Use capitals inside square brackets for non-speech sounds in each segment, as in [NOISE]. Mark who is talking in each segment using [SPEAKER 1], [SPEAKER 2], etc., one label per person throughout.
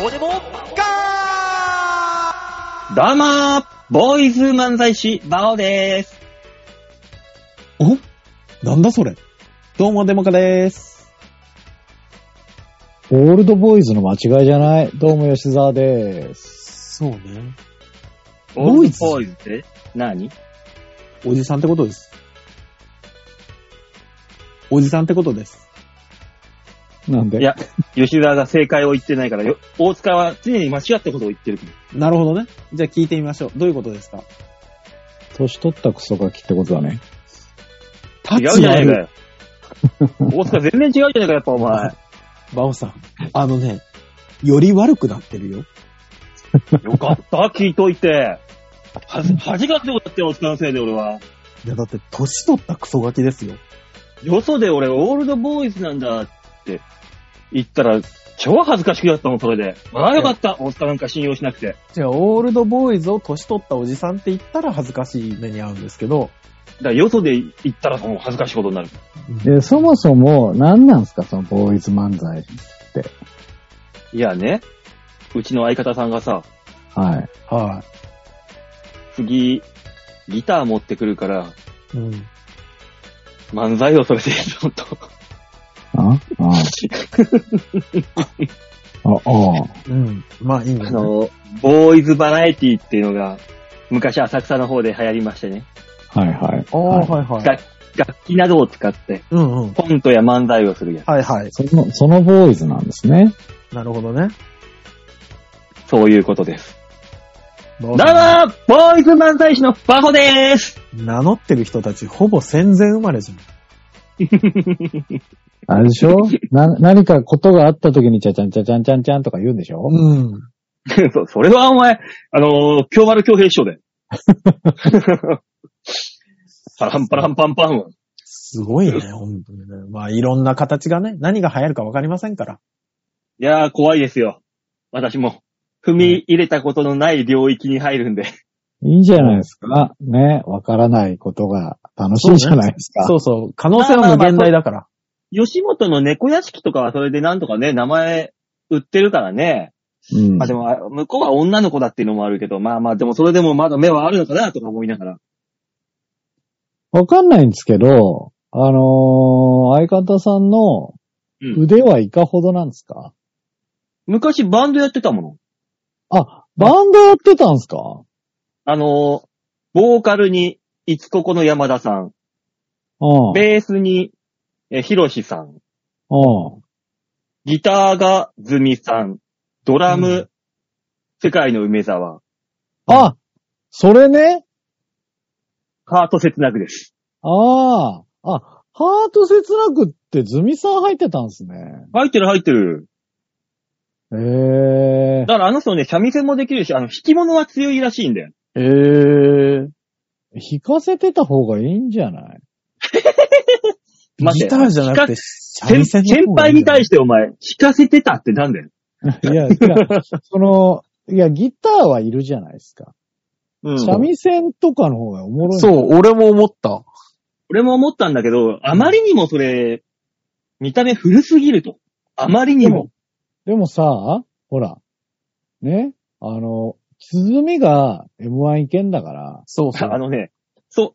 [SPEAKER 1] どうでもガ
[SPEAKER 2] どうもーボーイズ漫才師、バオでーす。
[SPEAKER 3] おなんだそれどうも、デモカでーす。
[SPEAKER 4] オールドボーイズの間違いじゃないどうも吉沢です。
[SPEAKER 3] そうね。
[SPEAKER 2] ボ
[SPEAKER 3] ボ
[SPEAKER 2] ー
[SPEAKER 3] ー
[SPEAKER 2] イ
[SPEAKER 3] イ
[SPEAKER 2] ズ
[SPEAKER 3] ズ
[SPEAKER 2] ボーイズって何
[SPEAKER 3] おじさんってことです。おじさんってことです。
[SPEAKER 4] なんで
[SPEAKER 2] いや吉沢が正解を言ってないからよ、大塚は常に間違ったことを言ってる。
[SPEAKER 3] なるほどね。じゃあ聞いてみましょう。どういうことですか
[SPEAKER 4] 年取ったクソガキってことだね。
[SPEAKER 3] タ
[SPEAKER 2] 違うじゃないかよ。大塚全然違うじゃないかよ、やっぱお [LAUGHS] 前。
[SPEAKER 3] バオさん。あのね、より悪くなってるよ。
[SPEAKER 2] よかった、聞いといて。はじ、恥が強かったよ、大塚のせいで俺は。
[SPEAKER 3] いや、だって、年取ったクソガキですよ。
[SPEAKER 2] よそで俺、オールドボーイズなんだって言ったら、超恥ずかしくなったもん、それで。ああ、よかった、大塚なんか信用しなくて。
[SPEAKER 3] じゃあ、オールドボーイズを年取ったおじさんって言ったら恥ずかしい目に遭うんですけど、
[SPEAKER 2] だからよそで言ったらもう恥ずかしいことになる。
[SPEAKER 4] で、そもそも、何なんすかそのボーイズ漫才。
[SPEAKER 2] いやね、うちの相方さんがさ、
[SPEAKER 4] はい。
[SPEAKER 3] は
[SPEAKER 2] 次、ギター持ってくるから、
[SPEAKER 3] い。うん。
[SPEAKER 2] 漫才をそれでちょっと。
[SPEAKER 4] あああ。ああ。
[SPEAKER 3] うん。まあ、いいん
[SPEAKER 2] あ
[SPEAKER 3] だよ、ね。
[SPEAKER 2] の、 [LAUGHS] ボーイズバラエティっていうのが、昔浅草の方で流行りましてね。
[SPEAKER 4] はいはい。
[SPEAKER 3] ああ、
[SPEAKER 4] はい
[SPEAKER 3] はいはい。
[SPEAKER 2] 楽楽器などを使って、
[SPEAKER 3] うんうん。
[SPEAKER 2] コントや漫才をするやつ。
[SPEAKER 3] はいはい。
[SPEAKER 4] その、そのボーイズなんですね。
[SPEAKER 3] なるほどね。
[SPEAKER 2] そういうことです。
[SPEAKER 3] ど
[SPEAKER 2] どうもボーイズ漫才師のバホでーす [LAUGHS]
[SPEAKER 3] 名乗ってる人たち、ほぼ戦前生まれじゃん。
[SPEAKER 4] あれでしょな、何かことがあった時に、ちゃちゃんちゃちゃんちゃんちゃんとか言うんでしょ、
[SPEAKER 3] うん。
[SPEAKER 2] そ、それはお前、あのー、京丸京平師匠 [LAUGHS] で。パランパランパンパンは。
[SPEAKER 3] すごいね、本当にね。まあ、いろんな形がね、何が流行るかわかりませんから。
[SPEAKER 2] いやー、怖いですよ。私も。踏み入れたことのない領域に入るんで。
[SPEAKER 4] いいじゃないですか。ね。わからないことが楽しいじゃないですか。
[SPEAKER 3] そうそう。可能性は無限大だから。
[SPEAKER 2] 吉本の猫屋敷とかはそれでなんとかね、名前売ってるからね。
[SPEAKER 4] うん
[SPEAKER 2] まあでも、あ向こうは女の子だっていうのもあるけど、まあまあでもそれでもまだ目はあるのかなとか思いながら。
[SPEAKER 4] わかんないんですけど、あのー、相方さんの
[SPEAKER 2] うん。
[SPEAKER 4] 腕はいかほどなんですか、
[SPEAKER 2] 昔バンドやってたもの。
[SPEAKER 4] あ、バンドやってたんですか
[SPEAKER 2] あのー、ボーカルに、いつここの山田さん。
[SPEAKER 4] うん。
[SPEAKER 2] ベースに、え、ひろしさん。
[SPEAKER 4] うん。
[SPEAKER 2] ギターがズミさん。ドラム、
[SPEAKER 3] うん
[SPEAKER 2] 世界の梅沢。
[SPEAKER 4] あ、それね。
[SPEAKER 2] ハート切なくです。
[SPEAKER 4] ああ。あ、ハート切なくってズミさん入ってたんですね。
[SPEAKER 2] 入ってる入ってる。
[SPEAKER 4] へえ。
[SPEAKER 2] だからあの人ね、三味線もできるし、あの、弾き物は強いらしいんだよ。
[SPEAKER 4] ええ。弾かせてた方がいいんじ
[SPEAKER 2] [LAUGHS]
[SPEAKER 4] ゃない
[SPEAKER 2] 待
[SPEAKER 3] ギ
[SPEAKER 2] て
[SPEAKER 3] ターじゃなく
[SPEAKER 2] 先
[SPEAKER 3] て、三味
[SPEAKER 2] 先
[SPEAKER 3] 線の方が
[SPEAKER 2] 輩
[SPEAKER 3] いいん
[SPEAKER 2] に
[SPEAKER 3] じゃない
[SPEAKER 2] 対してお前、弾かせてたってなんだよ。
[SPEAKER 4] いや、いやその、いや、ギターはいるじゃないですか。
[SPEAKER 2] うん。
[SPEAKER 4] 三味線とかの方がおもろいんじゃ
[SPEAKER 3] そ、
[SPEAKER 4] ないう
[SPEAKER 3] 俺も思った。
[SPEAKER 2] 俺も思ったんだけど、あまりにもそれ、見た目古すぎると。あまりにも。
[SPEAKER 4] でもさ、ほら、ね、あの、鼓が M1 いけんだから、
[SPEAKER 3] そうそう
[SPEAKER 2] あ。のね、そう。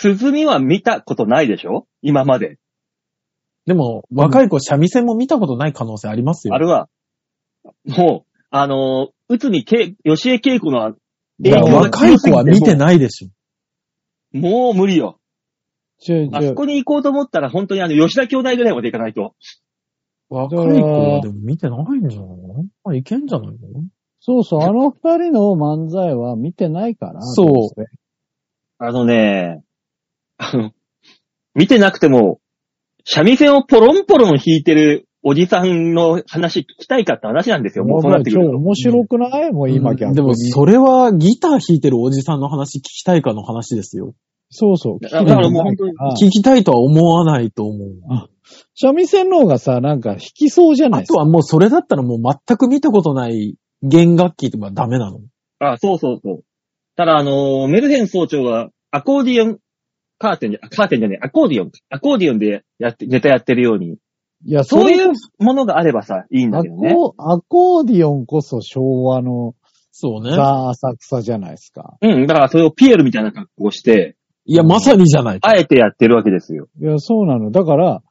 [SPEAKER 2] 鼓は見たことないでしょ今まで。
[SPEAKER 3] でも、若い子、三味線も見たことない可能性ありますよ。
[SPEAKER 2] あれは、もう、あのー、内海け、吉江恵子の
[SPEAKER 4] い
[SPEAKER 3] いや
[SPEAKER 4] や
[SPEAKER 3] 若い子は見てないでしょ。
[SPEAKER 2] もう無理よ。
[SPEAKER 4] ちょい
[SPEAKER 2] あ
[SPEAKER 4] ちょ
[SPEAKER 2] そ
[SPEAKER 4] い、
[SPEAKER 2] こに行こうと思ったら、本当にあの、吉田兄弟ぐらいまで行かないと。
[SPEAKER 3] 若い子はでも見てないんじゃないまあ、いけんじゃないの
[SPEAKER 4] そうそう、あの二人の漫才は見てないから、
[SPEAKER 3] そう
[SPEAKER 4] どして
[SPEAKER 2] あのね、あの、見てなくても、三味線をポロンポロン弾いてるおじさんの話聞きたいかって話なんですよ。もうそうなってく
[SPEAKER 4] 超
[SPEAKER 2] ると。
[SPEAKER 4] 面白くない、もう今逆に。
[SPEAKER 3] でも、それはギター弾いてるおじさんの話聞きたいかの話ですよ。
[SPEAKER 4] そうそう。
[SPEAKER 2] だからもう本当に、
[SPEAKER 4] あ
[SPEAKER 3] 聞きたいとは思わないと思う。
[SPEAKER 4] 三味線の方がさ、なんか弾きそうじゃない
[SPEAKER 3] あ
[SPEAKER 4] です
[SPEAKER 3] と
[SPEAKER 4] か。
[SPEAKER 3] はもうそれだったらもう全く見たことない弦楽器とかダメなの。
[SPEAKER 2] あ、そうそうそう。ただあのーメルヘン総長がアコーディオン、カーテンじゃ、あカーテンじゃねえ、アコーディオンか、アコーディオンでやって、ネタやってるように、
[SPEAKER 4] いや、
[SPEAKER 2] そう
[SPEAKER 4] う
[SPEAKER 2] いうものがあればさ、いいんだ
[SPEAKER 4] ア
[SPEAKER 2] けどね。
[SPEAKER 4] コアコーディオンこそ昭和の
[SPEAKER 3] そうね。
[SPEAKER 4] ザ・浅草じゃないですか。
[SPEAKER 2] うん、だからそれをピエールみたいな格好をして、
[SPEAKER 3] いや、まさにじゃないか。
[SPEAKER 2] あえてやってるわけですよ。
[SPEAKER 4] いや、そうなの。だから、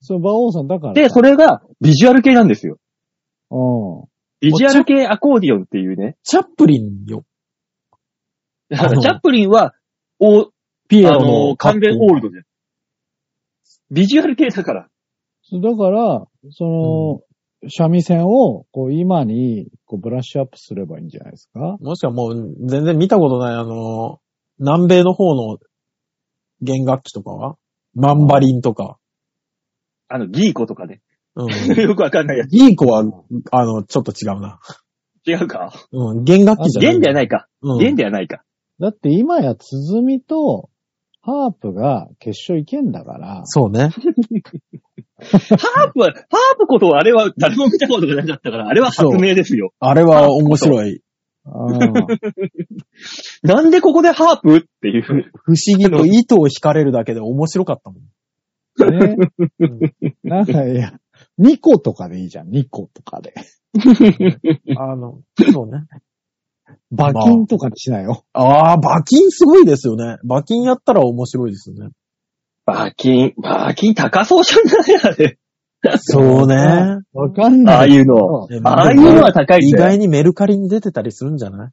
[SPEAKER 4] その馬王さんだから。
[SPEAKER 2] で、それがビジュアル系なんですよ。
[SPEAKER 4] うん。
[SPEAKER 2] ビジュアル系アコーディオンっていうね。
[SPEAKER 3] チャップリンよ。
[SPEAKER 2] だか
[SPEAKER 3] あ
[SPEAKER 2] ら
[SPEAKER 3] の
[SPEAKER 2] チャップリンは、お、
[SPEAKER 3] ピエ
[SPEAKER 2] あ
[SPEAKER 3] ロ
[SPEAKER 2] の、
[SPEAKER 3] の
[SPEAKER 2] 完全オールドで。ビジュアル系だから。
[SPEAKER 4] そうだから、その、三味線を、こう、今に、こう、ブラッシュアップすればいいんじゃないですか
[SPEAKER 3] もしくはもう、全然見たことない、あの、南米の方の弦楽器とかはマンバリンとか。
[SPEAKER 2] あの、ギーコとかね。
[SPEAKER 3] うん。
[SPEAKER 2] よくわかんないやつ。
[SPEAKER 3] ギーコは、あの、ちょっと違うな。
[SPEAKER 2] 違うか。
[SPEAKER 3] うん、弦楽器じゃない。
[SPEAKER 2] 弦ではないか。
[SPEAKER 3] うん、
[SPEAKER 2] 弦ではないか。
[SPEAKER 4] だって今や鼓とハープが決勝いけん
[SPEAKER 2] [LAUGHS]
[SPEAKER 4] だから、
[SPEAKER 3] そう
[SPEAKER 2] ハ
[SPEAKER 3] ね。
[SPEAKER 2] ープは、ハープことあれは誰も見たことがなかったから、あれは発明ですよ。
[SPEAKER 3] あれは面白い。
[SPEAKER 4] うん
[SPEAKER 2] なんでここでハープっていう。
[SPEAKER 3] 不思議と糸を引かれるだけで面白かったもん。
[SPEAKER 4] ね
[SPEAKER 3] うん
[SPEAKER 4] なんかいや、2個とかでいいじゃん、2個とかで。
[SPEAKER 3] あの、そうね。
[SPEAKER 4] 馬琴とかにしなよ。
[SPEAKER 3] ああ、馬琴すごいですよね。馬琴やったら面白いですよね。
[SPEAKER 2] バーキン、バーキン高そうじゃないあれ。
[SPEAKER 3] そうね。
[SPEAKER 4] わかん
[SPEAKER 2] あ
[SPEAKER 4] な
[SPEAKER 2] あ
[SPEAKER 4] い。
[SPEAKER 2] いうの。
[SPEAKER 3] ね
[SPEAKER 2] ああいうのは高い
[SPEAKER 3] 意
[SPEAKER 2] ぜ。
[SPEAKER 3] 外にメルカリに出てたりするんじゃない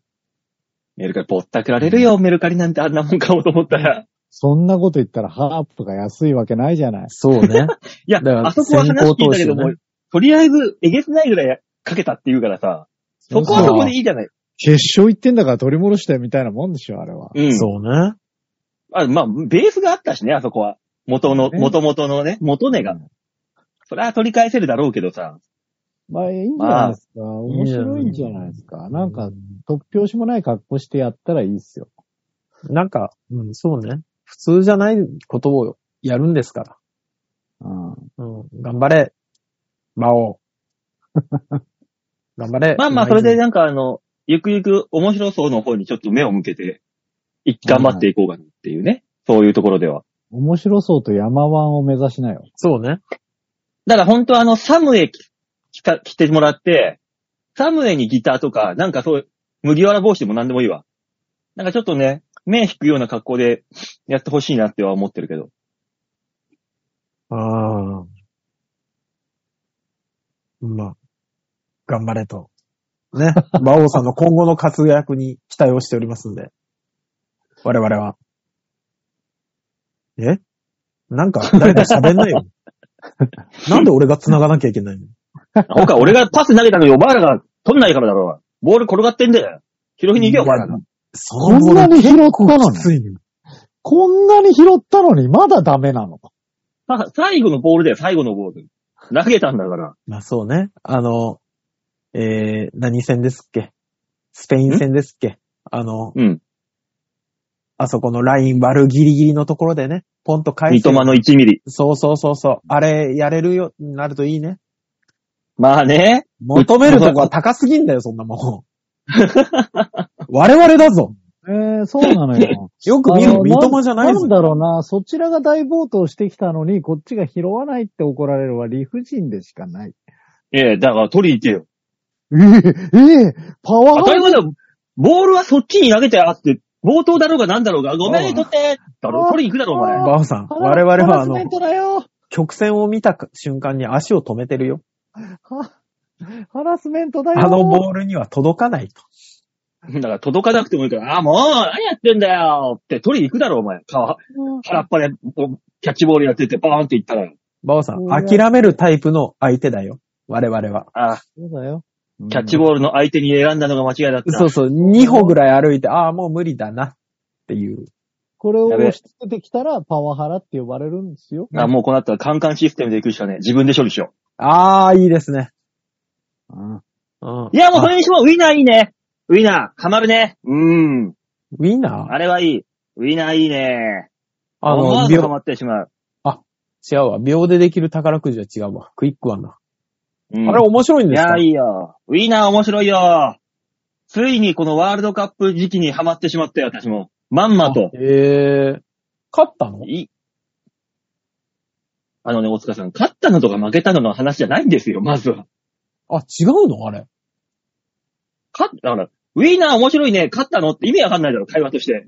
[SPEAKER 2] メルカリ、ぼったくられるよ、メルカリなんてあんなもん買おうと思ったら。
[SPEAKER 4] そんなこと言ったらハープが安いわけないじゃない。
[SPEAKER 3] そうね。
[SPEAKER 2] いや、
[SPEAKER 3] だから
[SPEAKER 2] あそこは話聞いたけども、
[SPEAKER 3] 先行投資ね
[SPEAKER 2] とりあえず、えげつないぐらいかけたって言うからさ、そこはそこでいいじゃない。
[SPEAKER 4] 決勝行ってんだから取り戻してみたいなもんでしょ、あれは。
[SPEAKER 2] うん。
[SPEAKER 3] そうね。
[SPEAKER 2] あまあ、ベースがあったしね、あそこは。元の、
[SPEAKER 4] ね
[SPEAKER 2] 元々のね、元根が。それは取り返せるだろうけどさ。
[SPEAKER 4] まあ、いいんじゃないですか。面白いんじゃないですか。なんか、、突拍子もない格好してやったらいいっすよ。
[SPEAKER 3] なんか、うん、そうね。普通じゃないことをやるんですから。
[SPEAKER 4] うん。
[SPEAKER 3] うん、頑張れ。魔王。頑張れ。
[SPEAKER 2] まあまあ、それで
[SPEAKER 3] ね。
[SPEAKER 2] なんかあの、ゆくゆく面白そうの方にちょっと目を向けて、い頑張っていこうかなっていうね。そういうところでは。
[SPEAKER 4] 面白そうと山ワンを目指しなよ。
[SPEAKER 3] そうね。
[SPEAKER 2] だから本当はあの、サムエききた着てもらって、サムエにギターとか、なんかそう、麦わら帽子でも何でもいいわ。なんかちょっとね、目引くような格好でやってほしいなっては思ってるけど。
[SPEAKER 3] ああ。まあ、頑張れと。
[SPEAKER 2] [LAUGHS]
[SPEAKER 3] ね。魔王さんの今後の活躍に期待をしておりますんで。我々は。えなんか、誰か喋んな
[SPEAKER 2] [LAUGHS]
[SPEAKER 3] いよ。なんで俺が繋がなきゃいけないの
[SPEAKER 2] ほか、俺がパス投げたのにお前らが取んないからだろ。ボール転がってんだよ。拾いに行けよ、お前らが。
[SPEAKER 3] そ
[SPEAKER 4] こんなに拾ったのに
[SPEAKER 3] きついね
[SPEAKER 4] こんなに拾ったのにまだダメなの。
[SPEAKER 2] さ最後のボールだよ、最後のボール。投げたんだから。
[SPEAKER 3] まあそうね。あの、えー、何戦ですっけスペイン戦ですっけあの、
[SPEAKER 2] うん。
[SPEAKER 3] あそこのライン割るギリギリのところでね、ポンと返
[SPEAKER 2] 三
[SPEAKER 3] して。
[SPEAKER 2] 笘の1ミリ。
[SPEAKER 3] そうそうそうそう。あれ、やれるよ、うになるといいね。
[SPEAKER 2] まあね。
[SPEAKER 3] 求めるとこは高すぎんだよ、そんなもん。我々だぞ。
[SPEAKER 4] ええそうなの [LAUGHS] よ。
[SPEAKER 3] よく見る
[SPEAKER 4] あの
[SPEAKER 3] 三笘じゃない
[SPEAKER 4] な
[SPEAKER 3] ぞ
[SPEAKER 4] ん。だろうな、そちらが大暴投してきたのに、こっちが拾わないって怒られるは理不尽でしかない。
[SPEAKER 2] ええ、だから取りに行けよ。
[SPEAKER 4] ええええパワ
[SPEAKER 2] 当た
[SPEAKER 4] ー
[SPEAKER 2] り前だよ。ボールはそっちに投げてあって、冒頭だろうがなんだろうが、ごめ
[SPEAKER 3] うん
[SPEAKER 2] ん、取ってだろ、取りに行くだろ、お前。
[SPEAKER 3] バオさん、我々は
[SPEAKER 4] ハラ
[SPEAKER 3] あ
[SPEAKER 4] スメ
[SPEAKER 3] の
[SPEAKER 4] ン、トだよ
[SPEAKER 3] 曲線を見た瞬間に足を止めてるよ。
[SPEAKER 4] はハラスメントだよ
[SPEAKER 3] あのボールには届かないと。
[SPEAKER 2] だから届かなくてもいいから、ああ、もう、何やってんだよって取りに行くだろ、お前。顔腹っぱで、こうキャッチボールやってて、バーンって行ったら、
[SPEAKER 3] バオさん、
[SPEAKER 4] うわ
[SPEAKER 3] 諦めるタイプの相手だよ。我々は。
[SPEAKER 2] ああ、
[SPEAKER 4] そうだよ。
[SPEAKER 2] キャッチ
[SPEAKER 4] ー
[SPEAKER 2] ボールの相手に選んだのが間違いだった。
[SPEAKER 3] そうそう、2歩ぐらい歩いて、ああ、もう無理だなっていう。
[SPEAKER 4] これを
[SPEAKER 2] やべえ
[SPEAKER 4] 押し付けてきたら、パワハラって呼ばれるんですよ。
[SPEAKER 2] あ、もうこうなったらカンカンシステムで行くしかねえ。自分で処理しよ
[SPEAKER 3] ああ、いいですね。
[SPEAKER 4] うん
[SPEAKER 3] うん
[SPEAKER 2] う。いや、もうそれにしてもウィナーいいね。ウィナー、ハマるね。うーん。
[SPEAKER 3] ウィナー
[SPEAKER 2] あれはいい。ウィナーいいね。
[SPEAKER 3] あ
[SPEAKER 2] 思わ
[SPEAKER 3] の、
[SPEAKER 2] ず
[SPEAKER 3] 秒
[SPEAKER 2] ハ、マってしまう。
[SPEAKER 3] 違うわ。秒でできる宝くじは違うわ。クイックワンだ。
[SPEAKER 2] うん
[SPEAKER 3] あれ面白いん
[SPEAKER 2] い
[SPEAKER 3] です
[SPEAKER 2] や、
[SPEAKER 3] か
[SPEAKER 2] いいよ。ウィナー面白いよ。ついにこのワールドカップ時期にハマってしまったよ、私も。まんまと。
[SPEAKER 3] ええー、勝ったの
[SPEAKER 2] いあのね、大塚さん、勝ったのとか負けたのの話じゃないんですよ、まずは。
[SPEAKER 3] あ、違うのあれ。
[SPEAKER 2] 勝っだから、ウィーナー面白いね、勝ったのって意味わかんないだろ、会話として。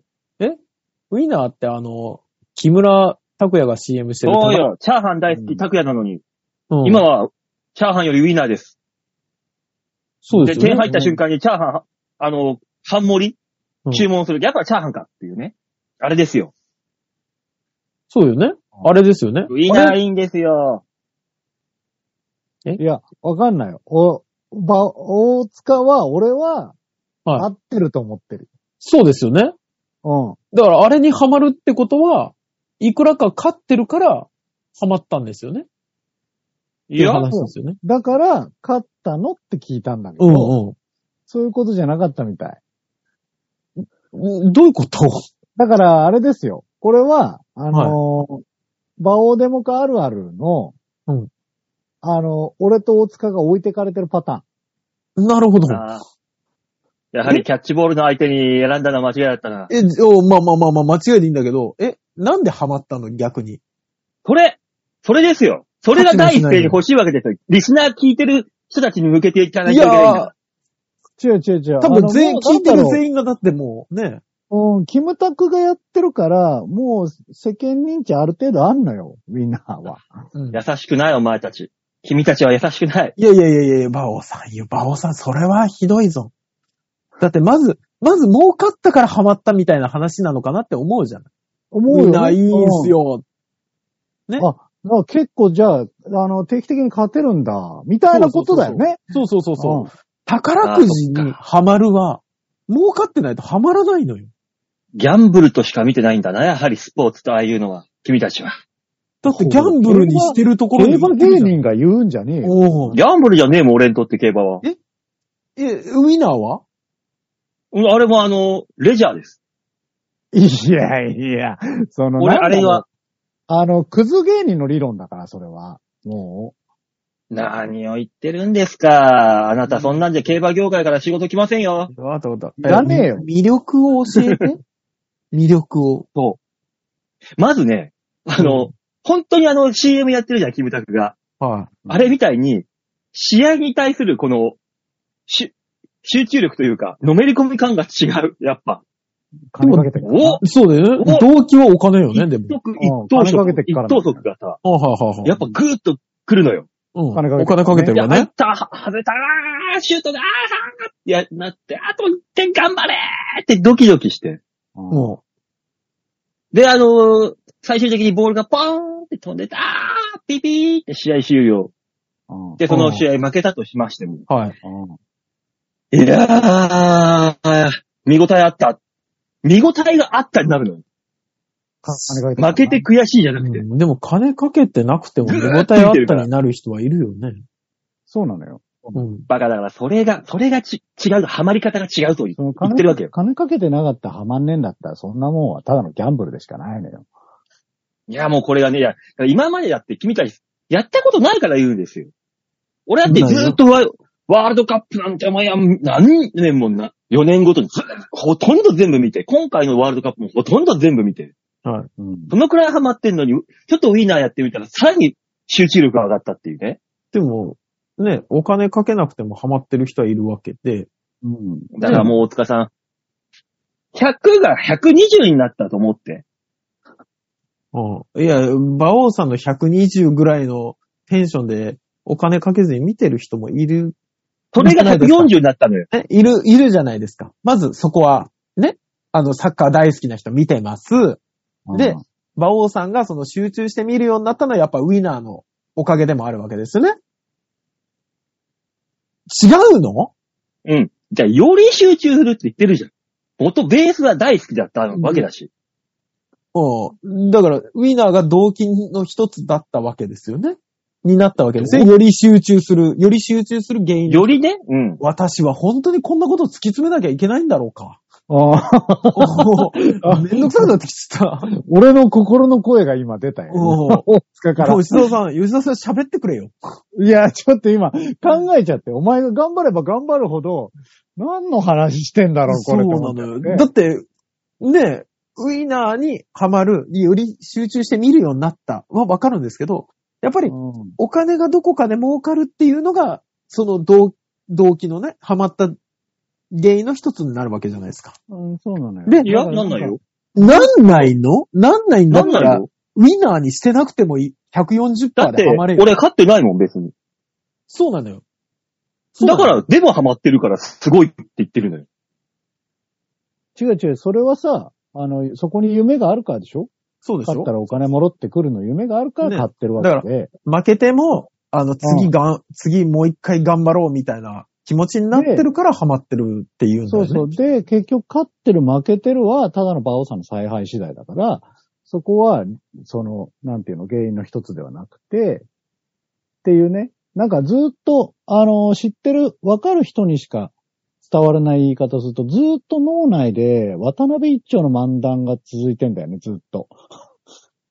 [SPEAKER 3] ウィナーってあの、木村拓哉が CM してる。
[SPEAKER 2] そうよ、チャーハン大好
[SPEAKER 3] う
[SPEAKER 2] き、
[SPEAKER 3] ん
[SPEAKER 2] 拓也なのに、
[SPEAKER 3] うん。
[SPEAKER 2] 今は、チャーハンよりウィーナーです。
[SPEAKER 3] そうで
[SPEAKER 2] で、
[SPEAKER 3] すよね。
[SPEAKER 2] 点入った瞬間にチャーハン、あの、半盛
[SPEAKER 3] うん
[SPEAKER 2] り注文する。やっぱチャーハンかっていうね。あれですよ。
[SPEAKER 3] そうよね。あれですよね。
[SPEAKER 2] ウィーナ
[SPEAKER 3] あ
[SPEAKER 2] ー
[SPEAKER 3] れ
[SPEAKER 2] いいんですよ。
[SPEAKER 4] いや、わかんないよ。お、ば、大塚は、俺は、
[SPEAKER 3] はい
[SPEAKER 4] 合ってると思ってる。
[SPEAKER 3] そうですよね。
[SPEAKER 4] うん。
[SPEAKER 3] だからあれにハマるってことは、いくらか勝ってるから、ハマったんですよね。
[SPEAKER 2] い
[SPEAKER 3] って
[SPEAKER 2] や
[SPEAKER 3] う、話ですよね。
[SPEAKER 4] だから、勝ったのって聞いたんだけど、
[SPEAKER 3] うん
[SPEAKER 4] そういうことじゃなかったみたい。
[SPEAKER 3] うん。どういうこと
[SPEAKER 4] だから、あれですよ。これは、あのーバオデモカあるあるの、
[SPEAKER 3] うん
[SPEAKER 4] あの、俺と大塚が置いてかれてるパターン。
[SPEAKER 3] なるほど。
[SPEAKER 2] あーやはりキャッチボールの相手に選んだのは間違いだったな。
[SPEAKER 3] え、じゃあまあまあまあまあ、間違いでいいんだけど、え、なんでハマったの逆に。
[SPEAKER 2] それそれですよそれが第一声に欲しいわけですよ。リスナー聞いてる人たちに向けていかないといけないんだから。
[SPEAKER 4] 違う違う違う。
[SPEAKER 3] 多分全員、聞いてる
[SPEAKER 4] 員。
[SPEAKER 3] 全員がだってもう、ね。
[SPEAKER 4] うん、キムタクがやってるから、もう世間認知ある程度あんのよ、ウィナーは。
[SPEAKER 3] うん
[SPEAKER 2] 優しくないお前たち。君たちは優しくない。
[SPEAKER 3] いやいやいやいや、バオさんよ、バオさん、それはひどいぞ。だってまず、まず儲かったからハマったみたいな話なのかなって思うじゃん。
[SPEAKER 4] 思うよ、
[SPEAKER 3] みんないいんす
[SPEAKER 4] よ。
[SPEAKER 3] よ。
[SPEAKER 4] だから結構じゃあ、あの、定期的に勝てるんだ、みたいなことだよね。
[SPEAKER 3] そうそうそうそう。
[SPEAKER 4] うん
[SPEAKER 3] 宝くじにハマるは、儲かってないとハマらないのよ。
[SPEAKER 2] ギャンブルとしか見てないんだな、やはりスポーツとああいうのは。君たちは。
[SPEAKER 3] だってギャンブルにしてるところ
[SPEAKER 4] 競
[SPEAKER 3] に
[SPEAKER 4] 馬
[SPEAKER 3] 行ってる
[SPEAKER 4] 芸
[SPEAKER 3] じゃん。
[SPEAKER 4] 人が言うんじゃねえよ。
[SPEAKER 3] おう
[SPEAKER 2] ギャンブルじゃねえもん、俺にとって競馬は。
[SPEAKER 3] え、ウィナーは
[SPEAKER 2] うんあれもあの、レジャーです。
[SPEAKER 4] いやいや、その、
[SPEAKER 2] 俺、
[SPEAKER 4] な
[SPEAKER 2] あ
[SPEAKER 4] んだろう
[SPEAKER 2] れは、
[SPEAKER 4] あの、クズ芸人の理論だから、それは。も
[SPEAKER 2] 何を言ってるんですか。あなたそんなんじゃ競馬業界から仕事来ませんよ。
[SPEAKER 5] わかったわかっ
[SPEAKER 4] う、い
[SPEAKER 5] た。
[SPEAKER 4] らねえよ。
[SPEAKER 3] 魅力を教えて。 [LAUGHS] 魅力を。
[SPEAKER 2] まずね、あの、本当にあの CM やってるじゃん、キムタクが。
[SPEAKER 5] は
[SPEAKER 2] あれみたいに、試合に対するこの、し集中力というか、のめり込み感が違う、やっぱ。
[SPEAKER 4] 金かけてるからな
[SPEAKER 2] お
[SPEAKER 3] そうだよね。動機はお金よね、で
[SPEAKER 2] 一足
[SPEAKER 3] も。
[SPEAKER 4] うん
[SPEAKER 2] 一等
[SPEAKER 4] 金かけて
[SPEAKER 2] 足、
[SPEAKER 4] っか
[SPEAKER 2] 一
[SPEAKER 4] らね
[SPEAKER 2] 等足がさ、
[SPEAKER 3] はいはいはい。
[SPEAKER 2] やっぱグーッと来るのよ。
[SPEAKER 3] うん、
[SPEAKER 4] お金かけてる
[SPEAKER 3] お金かけてる
[SPEAKER 4] だ
[SPEAKER 3] わ
[SPEAKER 2] 入っ
[SPEAKER 3] ね。
[SPEAKER 2] た、は外れた、あーシュートだ、あーいや、なって、あと1点頑張れーってドキドキして。
[SPEAKER 4] うん
[SPEAKER 3] も
[SPEAKER 2] で、あのー最終的にボールがポーンって飛んでた、あーピピーって試合終了。
[SPEAKER 4] うん
[SPEAKER 2] で、その試合負けたとしましても。
[SPEAKER 3] う、はい。
[SPEAKER 4] うん
[SPEAKER 2] いやー、見応えあった。見応えがあったになるのよ。
[SPEAKER 4] 金かける
[SPEAKER 2] 負けて悔しいじゃなくて。
[SPEAKER 3] うんでも金かけてなくても見応えあったになる人はいるよね。
[SPEAKER 4] そうなのよ。
[SPEAKER 3] うん。
[SPEAKER 2] バカだから、それが、それがち、違う、ハマり方が違うと言う
[SPEAKER 4] その
[SPEAKER 2] 言ってるわけよ。
[SPEAKER 4] 金かけてなかったらハマんねえんだったら、そんなもんはただのギャンブルでしかないのよ。
[SPEAKER 2] いや、もうこれがね、いや、だから今までだって君たち、やったことないから言うんですよ。俺だってずーっとワワールドカップなんて、まや、何年もな、4年ごとにずーほとんど全部見て、今回のワールドカップもほとんど全部見て、
[SPEAKER 4] うん
[SPEAKER 2] そのくらいハマってんのに、ちょっとウィーナーやってみたら、さらに集中力が上がったっていうね。
[SPEAKER 3] でも、ね、お金かけなくてもハマってる人はいるわけで、
[SPEAKER 4] うん。
[SPEAKER 2] だからもう大塚さん、100が120になったと思って。
[SPEAKER 3] うん。いや、馬王さんの120ぐらいのテンションでお金かけずに見てる人もいる、
[SPEAKER 2] それが140になったのよ。
[SPEAKER 3] え、いる、いるじゃないですか。まずそこは、ね、あの、サッカー大好きな人見てます。で馬王さんがその集中して見るようになったのはやっぱウィナーのおかげでもあるわけですよね。違うの
[SPEAKER 2] うん。じゃあ、より集中するって言ってるじゃん。元ベースは大好きだったわけだし。
[SPEAKER 3] うん。だから、ウィナーが動機の一つだったわけですよね。になったわけですよ。より集中する、より集中する原因。
[SPEAKER 2] よりね、うん。
[SPEAKER 3] 私は本当にこんなこと突き詰めなきゃいけないんだろう
[SPEAKER 4] [LAUGHS]
[SPEAKER 3] か。
[SPEAKER 4] あー
[SPEAKER 3] [LAUGHS]
[SPEAKER 4] [LAUGHS]
[SPEAKER 3] めんどくさくなってきちゃった。
[SPEAKER 4] 俺の心の声が今出たよ。
[SPEAKER 3] おう
[SPEAKER 4] 大塚から
[SPEAKER 3] もう。吉田さん、吉田さん喋ってくれよ。
[SPEAKER 4] いや、ちょっと今、考えちゃって、お前が頑張れば頑張るほど、何の話してんだろう、こ
[SPEAKER 3] そう
[SPEAKER 4] れ。
[SPEAKER 3] なのよ。
[SPEAKER 4] ね
[SPEAKER 3] だって、ね、ウィナーにハマる、より集中して見るようになったはわかるんですけど、やっぱり
[SPEAKER 4] うん
[SPEAKER 3] お金がどこかで儲かるっていうのが、その動動機のね、ハマった原因の一つになるわけじゃないですか。
[SPEAKER 4] うん、そうなのよ。
[SPEAKER 3] で
[SPEAKER 2] いや、なんないよ。。
[SPEAKER 3] なんないのなんないんだ
[SPEAKER 2] な
[SPEAKER 3] っ
[SPEAKER 2] んな
[SPEAKER 3] た
[SPEAKER 2] い
[SPEAKER 3] ら、
[SPEAKER 2] よ。
[SPEAKER 3] ウィナーにしてなくてもいい
[SPEAKER 2] だっ
[SPEAKER 3] 140%
[SPEAKER 2] て
[SPEAKER 3] でハマれ、る。
[SPEAKER 2] 俺勝ってないもん、別に。
[SPEAKER 3] そうなのよ。そうな
[SPEAKER 2] だ
[SPEAKER 3] の
[SPEAKER 2] か
[SPEAKER 3] よ、
[SPEAKER 2] ら、でもハマってるから、すごいって言ってるのよ。
[SPEAKER 4] 違う違う、それはさ、あの、そこに夢があるからでしょ
[SPEAKER 3] そうでし
[SPEAKER 4] 勝
[SPEAKER 3] ょ
[SPEAKER 4] ったらお金戻ってくるの夢があるから
[SPEAKER 3] ね
[SPEAKER 4] 買ってるわけで。
[SPEAKER 3] 負けても、あの、次がん、次もう一回頑張ろうみたいな気持ちになってるからハマってるっていうんだ
[SPEAKER 4] そ
[SPEAKER 3] よ
[SPEAKER 4] う
[SPEAKER 3] ね。
[SPEAKER 4] そう。で、結局勝ってる負けてるは、ただの馬王さんの采配次第だから、そこは、その、なんていうの、原因の一つではなくて、っていうね。なんかずっと、あの、知ってる、わかる人にしか伝わらない言い方すると、ずっと脳内で渡辺一丁の漫談が続いてんだよね、ずっと。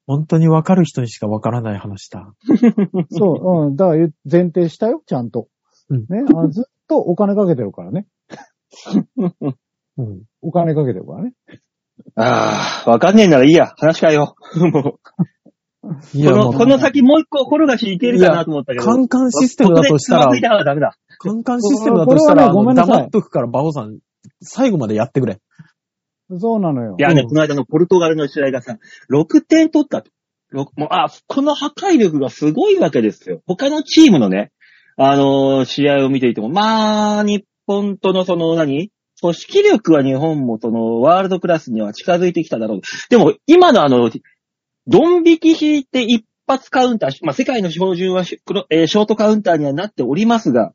[SPEAKER 3] 本当にわかる人にしかわからない話だ。
[SPEAKER 4] [LAUGHS] そう、うん。だから言前提したよ、ちゃんと。
[SPEAKER 3] うん
[SPEAKER 4] ね。あのずっとお金かけてるからね。
[SPEAKER 3] うん。
[SPEAKER 4] お金かけてるからね。
[SPEAKER 2] ああ、わかんねえならいいや。話
[SPEAKER 3] [LAUGHS]
[SPEAKER 2] 変えよう。も、
[SPEAKER 3] いう
[SPEAKER 2] こ
[SPEAKER 3] や、
[SPEAKER 2] の、
[SPEAKER 3] も
[SPEAKER 2] こ
[SPEAKER 3] う、
[SPEAKER 2] の先もう一個転がしいけるかなと思ったけど。
[SPEAKER 3] カンカンシステムだとした
[SPEAKER 2] こ
[SPEAKER 3] ら
[SPEAKER 2] こでつまずい、たからダメだ。
[SPEAKER 3] カンカンシステムだとしたら、あ
[SPEAKER 4] これ
[SPEAKER 3] の
[SPEAKER 4] はねごめんなさい
[SPEAKER 3] 黙っとくから、バオさん、最後までやってくれ。
[SPEAKER 4] そうなのよ。
[SPEAKER 2] いやね、この間のポルトガルの試合がさ、6点取ったと。ろくもうあ、この破壊力がすごいわけですよ。他のチームのね、あのー試合を見ていても、まあ、日本とのその何組織力は日本もそのワールドクラスには近づいてきただろう。でも、今のあの、ドン引き引いて一発カウンター、まあ、世界の標準はしこのえーショートカウンターにはなっておりますが、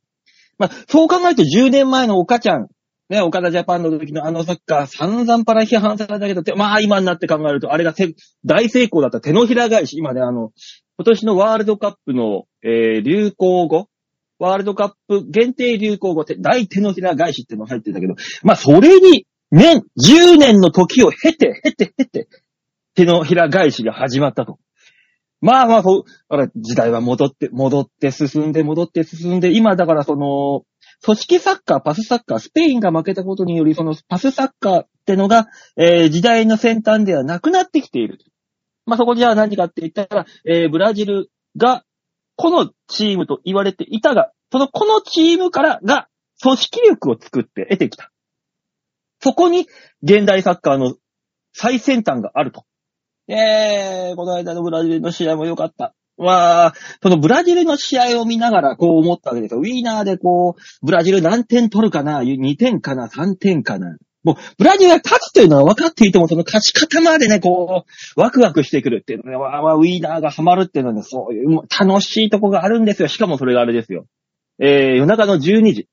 [SPEAKER 2] まあ、そう考えると10年前の岡ちゃん、ね、岡田ジャパンの時のあのサッカー散々パラ批判されたけど、てまあ今になって考えると、あれがせ大成功だった手のひら返し、今ね、あの、今年のワールドカップの、えー流行語、ワールドカップ限定流行語って、大手のひら返しっていうのが入ってたけど、まあそれに、年、10年の時を経て、経て、経て、手のひら返しが始まったと。まあまあ、そう、だから時代は戻って、戻って進んで、戻って進んで、今だからその、組織サッカー、パスサッカー、スペインが負けたことにより、そのパスサッカーってのが、えー時代の先端ではなくなってきている。まあ、そこじゃあ何かって言ったら、えーブラジルが、このチームと言われていたが、そのこのチームからが、組織力を作って得てきた。そこに、現代サッカーの最先端があると。えー、この間のブラジルの試合も良かった。わあ、そのブラジルの試合を見ながらこう思ったわけですよ。ウィーナーでこう、ブラジル何点取るかな ?2 点かな ?3 点かなもう、ブラジルが勝つというのは分かっていても、その勝ち方までね、こう、ワクワクしてくるっていうのね、わーわーウィーナーがハマるっていうのはね、そういうもう楽しいとこがあるんですよ。しかもそれがあれですよ。えー、夜中の12時。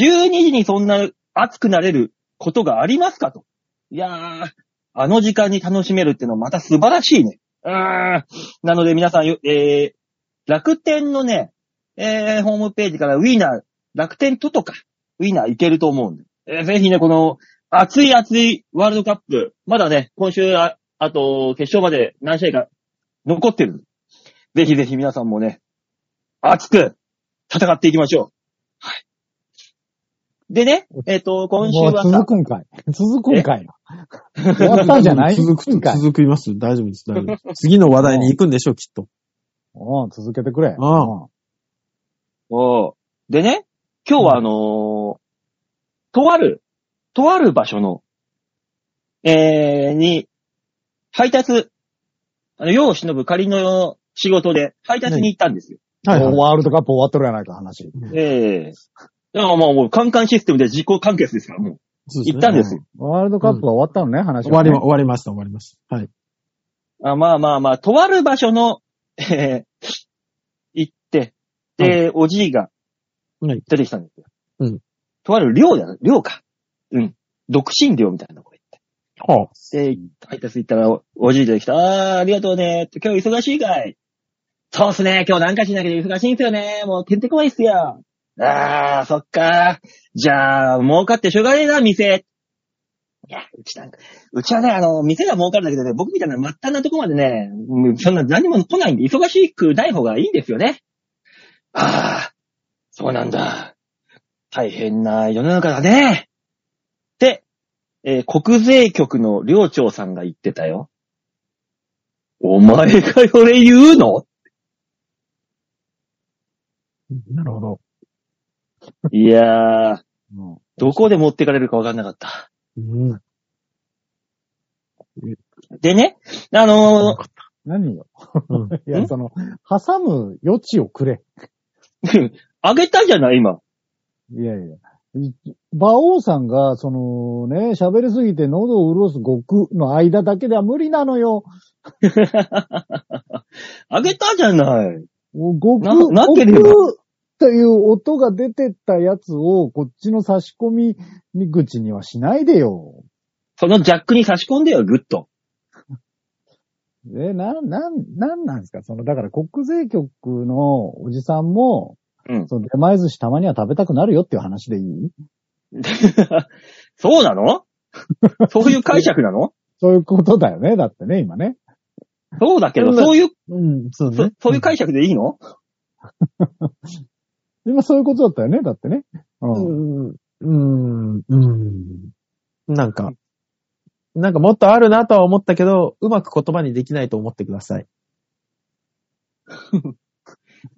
[SPEAKER 2] 12時にそんな熱くなれることがありますかと。いやー、あの時間に楽しめるっていうのはまた素晴らしいね。うーん。なので皆さんよ、えー、楽天のね、えー、ホームページからウィーナー、楽天ととか、ウィナーいけると思うんで。えーぜひね、この、熱い熱いワールドカップ、まだね、今週あ、あと、決勝まで何試合か残ってる。ぜひぜひ皆さんもね、熱く戦っていきましょう。はい。でね、えっ、と、今週
[SPEAKER 4] もう
[SPEAKER 2] は
[SPEAKER 4] 続
[SPEAKER 2] さ、
[SPEAKER 4] くんかい。 [LAUGHS] 続くんかいな。終わったんじゃない
[SPEAKER 3] 続く、
[SPEAKER 4] んかい。
[SPEAKER 3] 続きます。大丈夫です。大丈夫です。次の話題に行くんでしょう、きっと。
[SPEAKER 4] うん、続けてく
[SPEAKER 3] あ
[SPEAKER 4] れ。
[SPEAKER 3] あ
[SPEAKER 4] うん
[SPEAKER 2] おうでね、今日はあのーとある、とある場所の、えー、に、配達、あの、世を忍ぶ仮の仕事で配達に行ったんですよ。
[SPEAKER 4] もうワールドカップ終わっとるやないか、話。
[SPEAKER 2] ええいや、もう、もう、カンカンシステムで自己完結ですから、もう、
[SPEAKER 3] そうです
[SPEAKER 2] 行
[SPEAKER 3] ね
[SPEAKER 2] ったんですよ。
[SPEAKER 4] ワールドカップが終わったのね、話
[SPEAKER 3] 終
[SPEAKER 4] は
[SPEAKER 3] わ
[SPEAKER 4] ね、
[SPEAKER 3] りま、終わりました、終わりました。はい。
[SPEAKER 2] あまあまあまあ、とある場所の、えー、 [LAUGHS] 行って、で、おじいが、
[SPEAKER 3] はい
[SPEAKER 2] 出てきたんですよ。
[SPEAKER 3] うん
[SPEAKER 2] とある寮だ、寮か。うん。独身寮みたいなとこ行って。
[SPEAKER 3] は
[SPEAKER 2] で、配達行ったらお、おじい出てきた。あーありがとうね。って今日忙しいかいそうっすね。今日なんかしなきゃ忙しいんすよね。もう、てんてこまいっすよ。ああ、そっか。じゃあ、儲かってしょうがねえな、店。いや、うちなんか、うちはね、あの、店が儲かるんだけどね、僕みたいな末端なとこまでね、うんそんな何も来ないんで、忙しくない方がいいんですよね。ああ、そうなんだ。大変な世の中だね。って、えー国税局の領長さんが言ってたよ。お前がそれ言うの
[SPEAKER 5] なるほど。
[SPEAKER 2] いやー、
[SPEAKER 4] うん
[SPEAKER 2] どこで持ってかれるかわかんなかった。
[SPEAKER 5] うん。
[SPEAKER 2] でね、あの
[SPEAKER 4] 何よ
[SPEAKER 5] うん。
[SPEAKER 4] [LAUGHS] いや、その、挟む余地をくれ。
[SPEAKER 2] ー、あげたじゃない、今。
[SPEAKER 4] いやいや。い馬王さんが、そのね、喋りすぎて喉を潤す極の間だけでは無理なのよ。
[SPEAKER 2] あげたじゃない。
[SPEAKER 4] 極、
[SPEAKER 2] ななければ
[SPEAKER 4] 極という音が出てったやつを、こっちの差し込みに口にはしないでよ。
[SPEAKER 2] そのジャックに差し込んでよ、ぐっと。 [LAUGHS]
[SPEAKER 4] え、な、なん、なんなんですかその、だから国税局のおじさんも、
[SPEAKER 2] うん
[SPEAKER 4] その、出前寿司たまには食べたくなるよっていう話でいい
[SPEAKER 2] そうなのそういう解釈なの
[SPEAKER 4] そういうことだよね。だってね、今ね。
[SPEAKER 2] そうだけ
[SPEAKER 5] そ
[SPEAKER 2] ど、
[SPEAKER 5] んな
[SPEAKER 2] そういう、
[SPEAKER 5] うん、そう
[SPEAKER 2] そ
[SPEAKER 5] ね。
[SPEAKER 2] そういう解釈でいいの
[SPEAKER 4] 今そういうことだったよね。だってね。う。
[SPEAKER 3] うんん、うん、うん。なんか、なんかもっとあるなとは思ったけど、うまく言葉にできないと思ってください。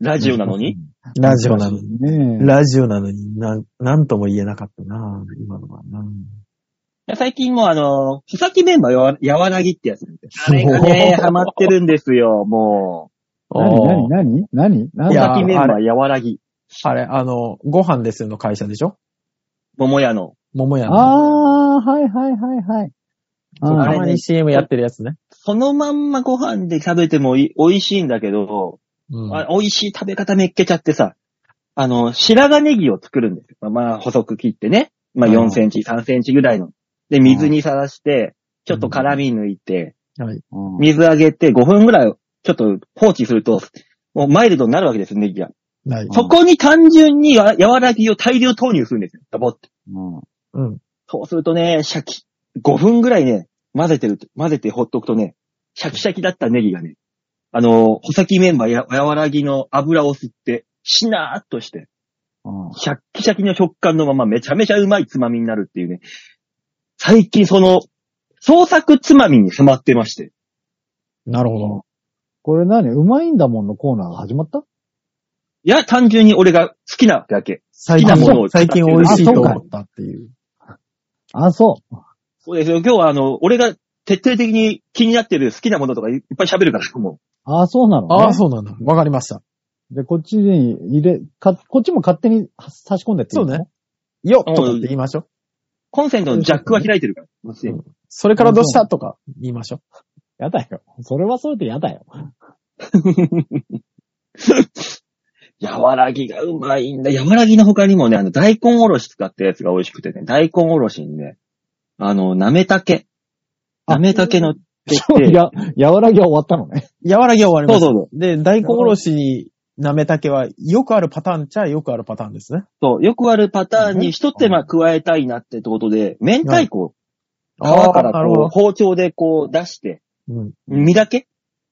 [SPEAKER 2] ラジオなのに、
[SPEAKER 3] ラジオなのに。
[SPEAKER 4] ねえ。
[SPEAKER 3] ラジオなのになん、なんとも言えなかったな今のはな。
[SPEAKER 2] いや最近もうあのー、須崎メンバーやわやわらぎってやつなんで。あれがね、ハマってるんですよ、も
[SPEAKER 4] 何何何
[SPEAKER 2] う。
[SPEAKER 4] 何
[SPEAKER 2] 須
[SPEAKER 3] いや
[SPEAKER 2] 崎メンバーやわらぎ。
[SPEAKER 3] あれ、あの、ご飯ですよの会社でしょ
[SPEAKER 2] 桃屋の。
[SPEAKER 3] 桃屋の。
[SPEAKER 4] ああー、はいはいはいはい。
[SPEAKER 3] そう
[SPEAKER 2] あ
[SPEAKER 3] た
[SPEAKER 2] れ
[SPEAKER 4] あ
[SPEAKER 3] まに CM やってるやつね。
[SPEAKER 2] そのまんまご飯で食べてもい美味しいんだけど、
[SPEAKER 3] うん
[SPEAKER 2] あ美味しい食べ方めっけちゃってさ、あの、白髪ネギを作るんですよ。まあまあ、細く切ってね。まあ、
[SPEAKER 3] うん
[SPEAKER 2] 4センチ、3センチぐらいの。で、水にさらして、ちょっと辛み抜いて、
[SPEAKER 4] うん
[SPEAKER 2] 水あげて5分ぐらい、ちょっと放置すると、もうマイルドになるわけです、ネギが。
[SPEAKER 3] ない。
[SPEAKER 2] そこに単純にや柔らぎを大量投入するんですよ。ダボって。
[SPEAKER 4] うん
[SPEAKER 3] うん。
[SPEAKER 2] そうするとね、シャキ。5分ぐらいね、混ぜてると、混ぜてほっとくとね、シャキシャキだったネギがね、あの、穂先メンバーや、柔らぎの油を吸って、しなーっとして、
[SPEAKER 4] うん
[SPEAKER 2] シャッキシャキの食感のままめちゃめちゃうまいつまみになるっていうね。最近その、創作つまみに迫ってまして。
[SPEAKER 3] なるほど。
[SPEAKER 4] これ何うまいんだもんのコーナーが始まった
[SPEAKER 2] いや、単純に俺が好きなだけ。
[SPEAKER 3] 最
[SPEAKER 2] 好きなものを
[SPEAKER 3] 近、最近美味しいと思ったっていう。
[SPEAKER 4] あ、そう。
[SPEAKER 2] そうですよ。今日はあの、俺が徹底的に気になってる好きなものとかいっぱい喋るから、もう。
[SPEAKER 4] あ、そうなの、ね、
[SPEAKER 3] ああ、そうなんだ。わかりました。
[SPEAKER 4] で、こっちに入れ、か、こっちも勝手に差し込んでっていいの
[SPEAKER 3] そうね。よっとかって言いましょう。
[SPEAKER 2] コンセントのジャックは開いてるから。もちろん
[SPEAKER 3] それからどうしたとか言いましょ
[SPEAKER 4] やだよ。それはそれでやだよ。
[SPEAKER 2] 柔らぎがうまいんだ。柔らぎの他にもね、あの、大根おろし使ったやつが美味しくてね、大根おろしにね、あの、なめたけ。
[SPEAKER 4] あ
[SPEAKER 2] なめたけのって
[SPEAKER 4] いや、柔らぎは終わったのね。
[SPEAKER 3] う。柔らぎは終わりま
[SPEAKER 2] そう
[SPEAKER 3] す。
[SPEAKER 2] そうそう。
[SPEAKER 3] で、大根おろしになめたけは、よくあるパターンっちゃよくあるパターンですね。
[SPEAKER 2] そう、よくあるパターンに一手間加えたいなってことで、明太子を皮から
[SPEAKER 3] なるほ
[SPEAKER 2] こう、
[SPEAKER 3] ど。
[SPEAKER 2] 包丁でこう出して、
[SPEAKER 3] うん。
[SPEAKER 2] 身だけ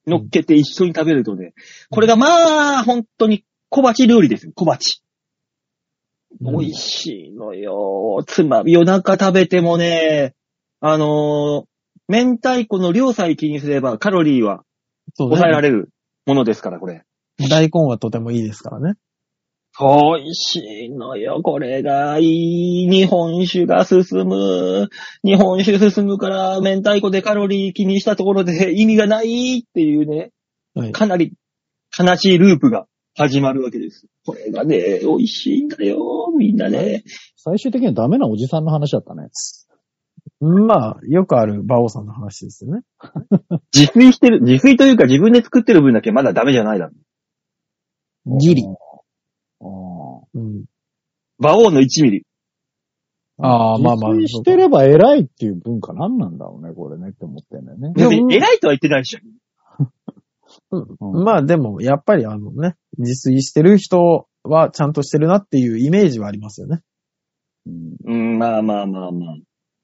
[SPEAKER 2] 乗っけて一緒に食べるとね、これがまあ、本当に小鉢料理ですよ、小鉢。
[SPEAKER 3] うん
[SPEAKER 2] 美味しいのよ。つまみ、夜中食べてもね、あのー明太子の量さえ気にすればカロリーは
[SPEAKER 3] そう
[SPEAKER 2] 抑えら
[SPEAKER 3] ね。
[SPEAKER 2] れるものですから、これ。
[SPEAKER 3] 大根はとてもいいですからね。
[SPEAKER 2] 美味しいのよ、これがいい。日本酒が進む。日本酒進むから、明太子でカロリー気にしたところで意味がないっていうね。
[SPEAKER 3] はい。
[SPEAKER 2] かなり悲しいループが始まるわけです。これがね、美味しいんだよ、みんなね。
[SPEAKER 4] 最終的にはダメなおじさんの話だったね。
[SPEAKER 3] まあ、よくある馬王さんの話ですよね。
[SPEAKER 2] 自炊してる、自炊というか自分で作ってる分だけまだダメじゃないだろ。
[SPEAKER 3] ギリ
[SPEAKER 4] あー。
[SPEAKER 3] うん。
[SPEAKER 2] 馬王の1ミリ。
[SPEAKER 3] ああ、まあまあ。
[SPEAKER 4] 自炊してれば偉いっていう文化何なんだろうね、これねって思ってんだよね。
[SPEAKER 3] で
[SPEAKER 2] 別
[SPEAKER 3] も
[SPEAKER 2] に偉いとは言ってないでしょ。
[SPEAKER 4] うん
[SPEAKER 3] まあでも、やっぱりあのね、自炊してる人はちゃんとしてるなっていうイメージはありますよね。
[SPEAKER 4] うん
[SPEAKER 2] うん、まあまあまあまあ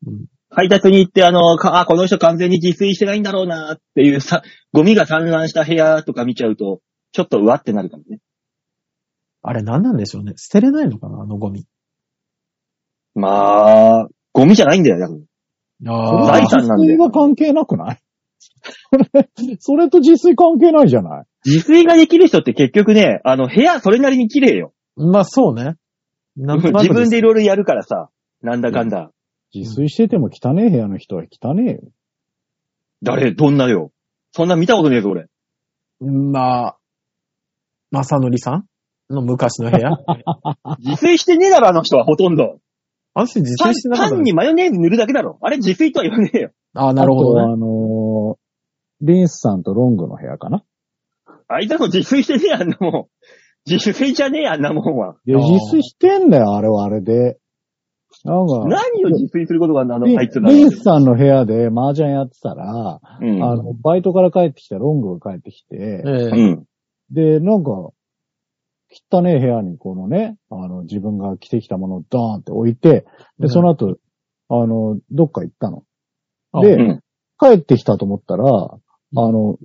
[SPEAKER 3] うん。
[SPEAKER 2] 配達に行って、あの、かあ、この人完全に自炊してないんだろうなっていうさ、ゴミが散乱した部屋とか見ちゃうと、ちょっとうわってなるかもね。
[SPEAKER 3] あれ何なんでしょうね。捨てれないのかなあのゴミ。
[SPEAKER 2] まあ、ゴミじゃないんだよ、だから。
[SPEAKER 3] あ
[SPEAKER 2] 財産なんだよ
[SPEAKER 4] [LAUGHS] 自炊は関係なくないそれ、それと自炊関係ないじゃない
[SPEAKER 2] 自炊ができる人って結局ね、あの、部屋それなりに綺麗よ。
[SPEAKER 3] まあそうね。なんとなく
[SPEAKER 2] 自分
[SPEAKER 3] す
[SPEAKER 2] でいろいろやるからさ、なんだかんだ。
[SPEAKER 4] 自炊してても汚え部屋の人は汚えよ。
[SPEAKER 2] 誰、どんなよ。そんな見たことねえぞ、俺。
[SPEAKER 3] まあ、まさのりさんの昔の部 [LAUGHS] 屋
[SPEAKER 2] 自炊してねえだろ、あの人はほとんど。
[SPEAKER 3] あの人自
[SPEAKER 2] パン
[SPEAKER 3] 炊してなかった
[SPEAKER 2] パ
[SPEAKER 3] の
[SPEAKER 2] ンにマヨネーズ塗るだけだろ。あれ自炊とは言わねえよ。
[SPEAKER 3] ああ、なるほど、ね。
[SPEAKER 4] あとはあのーリンスさんとロングの部屋かな。
[SPEAKER 2] あいつらも自炊してねえ、あんなもん。自炊じゃねえ、あんなもんは。
[SPEAKER 4] で、
[SPEAKER 3] あー
[SPEAKER 4] 自炊してんだよ、あれはあれで。なんか、
[SPEAKER 2] 何を自炊することがあんなあの、
[SPEAKER 4] リ
[SPEAKER 2] あいつら。
[SPEAKER 4] リンスさんの部屋で麻雀やってたら、
[SPEAKER 2] うん。
[SPEAKER 4] あの、バイトから帰ってきたロングが帰ってきて、
[SPEAKER 3] え
[SPEAKER 2] う
[SPEAKER 3] え
[SPEAKER 2] ん。
[SPEAKER 4] で、なんか、汚ねえ部屋にこのね、あの、自分が着てきたものをドーンって置いて、
[SPEAKER 3] う
[SPEAKER 4] で、
[SPEAKER 3] ん
[SPEAKER 4] その後、あの、どっか行ったの。
[SPEAKER 3] あ
[SPEAKER 4] で、
[SPEAKER 2] うん
[SPEAKER 4] 帰ってきたと思ったら、あの、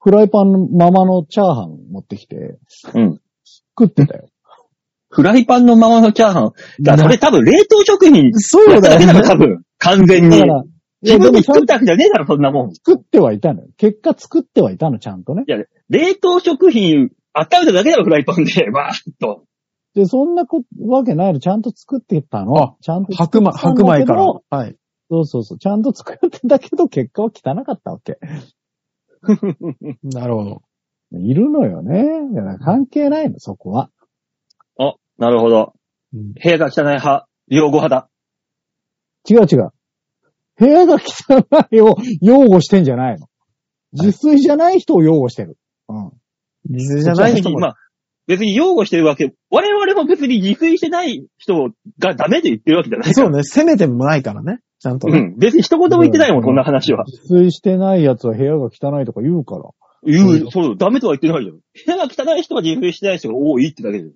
[SPEAKER 4] フライパンのままのチャーハン持ってきて、
[SPEAKER 2] うん
[SPEAKER 4] 食ってたよ。
[SPEAKER 2] フライパンのままのチャーハン。だそれ多分冷凍食品
[SPEAKER 3] そう
[SPEAKER 2] やった
[SPEAKER 3] だ
[SPEAKER 2] だけだ
[SPEAKER 3] よ
[SPEAKER 2] ろ、
[SPEAKER 3] ね。
[SPEAKER 2] 多分。完全
[SPEAKER 4] だ
[SPEAKER 2] に
[SPEAKER 4] か。ら、いや
[SPEAKER 2] 自
[SPEAKER 4] で
[SPEAKER 2] 分
[SPEAKER 4] も
[SPEAKER 2] で
[SPEAKER 4] ちゃ
[SPEAKER 2] 作
[SPEAKER 4] ん
[SPEAKER 2] っ
[SPEAKER 4] と
[SPEAKER 2] たわけじゃねえだろ、そんなもん。
[SPEAKER 4] 作ってはいたのよ。結果作ってはいたの、ちゃんとね。
[SPEAKER 2] 冷凍食品、温めただけだろ、フライパンで。わーっと。
[SPEAKER 4] で、そんなこわけないの、ちゃんと作ってた
[SPEAKER 3] あ
[SPEAKER 4] の。ちゃんと作
[SPEAKER 3] 白米、
[SPEAKER 4] そう
[SPEAKER 3] 白米から。はい。
[SPEAKER 4] そうそうそう。ちゃんと作ってたけど、結果は汚かったわけ。
[SPEAKER 3] なるほど。
[SPEAKER 4] いるのよね。いやだから関係ないの、そこは。
[SPEAKER 2] なるほど。
[SPEAKER 3] うん
[SPEAKER 2] 部屋が汚い派、用語派だ。
[SPEAKER 4] 違う違う。部屋が汚いを [LAUGHS] 擁護してんじゃないの。自炊じゃない人を擁護してる。うん。
[SPEAKER 3] 自炊じゃない
[SPEAKER 2] 別
[SPEAKER 3] 人
[SPEAKER 2] に、
[SPEAKER 3] も。
[SPEAKER 2] まあ、別に擁護してるわけ。我々も別に自炊してない人がダメで言ってるわけじゃないから
[SPEAKER 3] [LAUGHS] そうね、攻めてもないからね。ちゃんと
[SPEAKER 2] う
[SPEAKER 3] ね。
[SPEAKER 2] ん。別に一言も言ってないもん、
[SPEAKER 4] うん
[SPEAKER 2] こんな話は。
[SPEAKER 4] 自炊してない奴は部屋が汚いとか言うから。
[SPEAKER 2] 言う、そう、ダメとは言ってないよ。部屋が汚い人は自炊してない人が多いってだけで。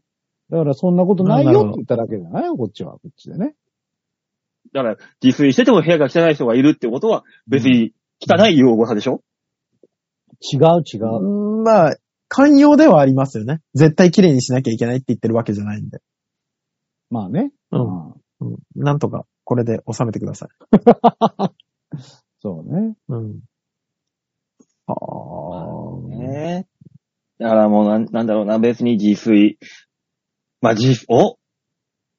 [SPEAKER 4] だからそんなことない
[SPEAKER 3] なる
[SPEAKER 4] よ
[SPEAKER 3] ほ
[SPEAKER 4] って
[SPEAKER 3] ど
[SPEAKER 4] 言っただけじゃないよ、こっちは。こっちでね。
[SPEAKER 2] だから、自炊してても部屋が汚い人がいるってことは、別に汚い擁護派でしょ
[SPEAKER 4] 違う違う。
[SPEAKER 3] うんまあ、寛容ではありますよね。絶対綺麗にしなきゃいけないって言ってるわけじゃないんで。
[SPEAKER 4] まあね。
[SPEAKER 3] うん。うんなんとか、これで収めてください。
[SPEAKER 4] そうね。
[SPEAKER 3] うん。ああ。
[SPEAKER 2] ねえ。だからもうなん、なんだろうな、別に自炊。まあ、自、お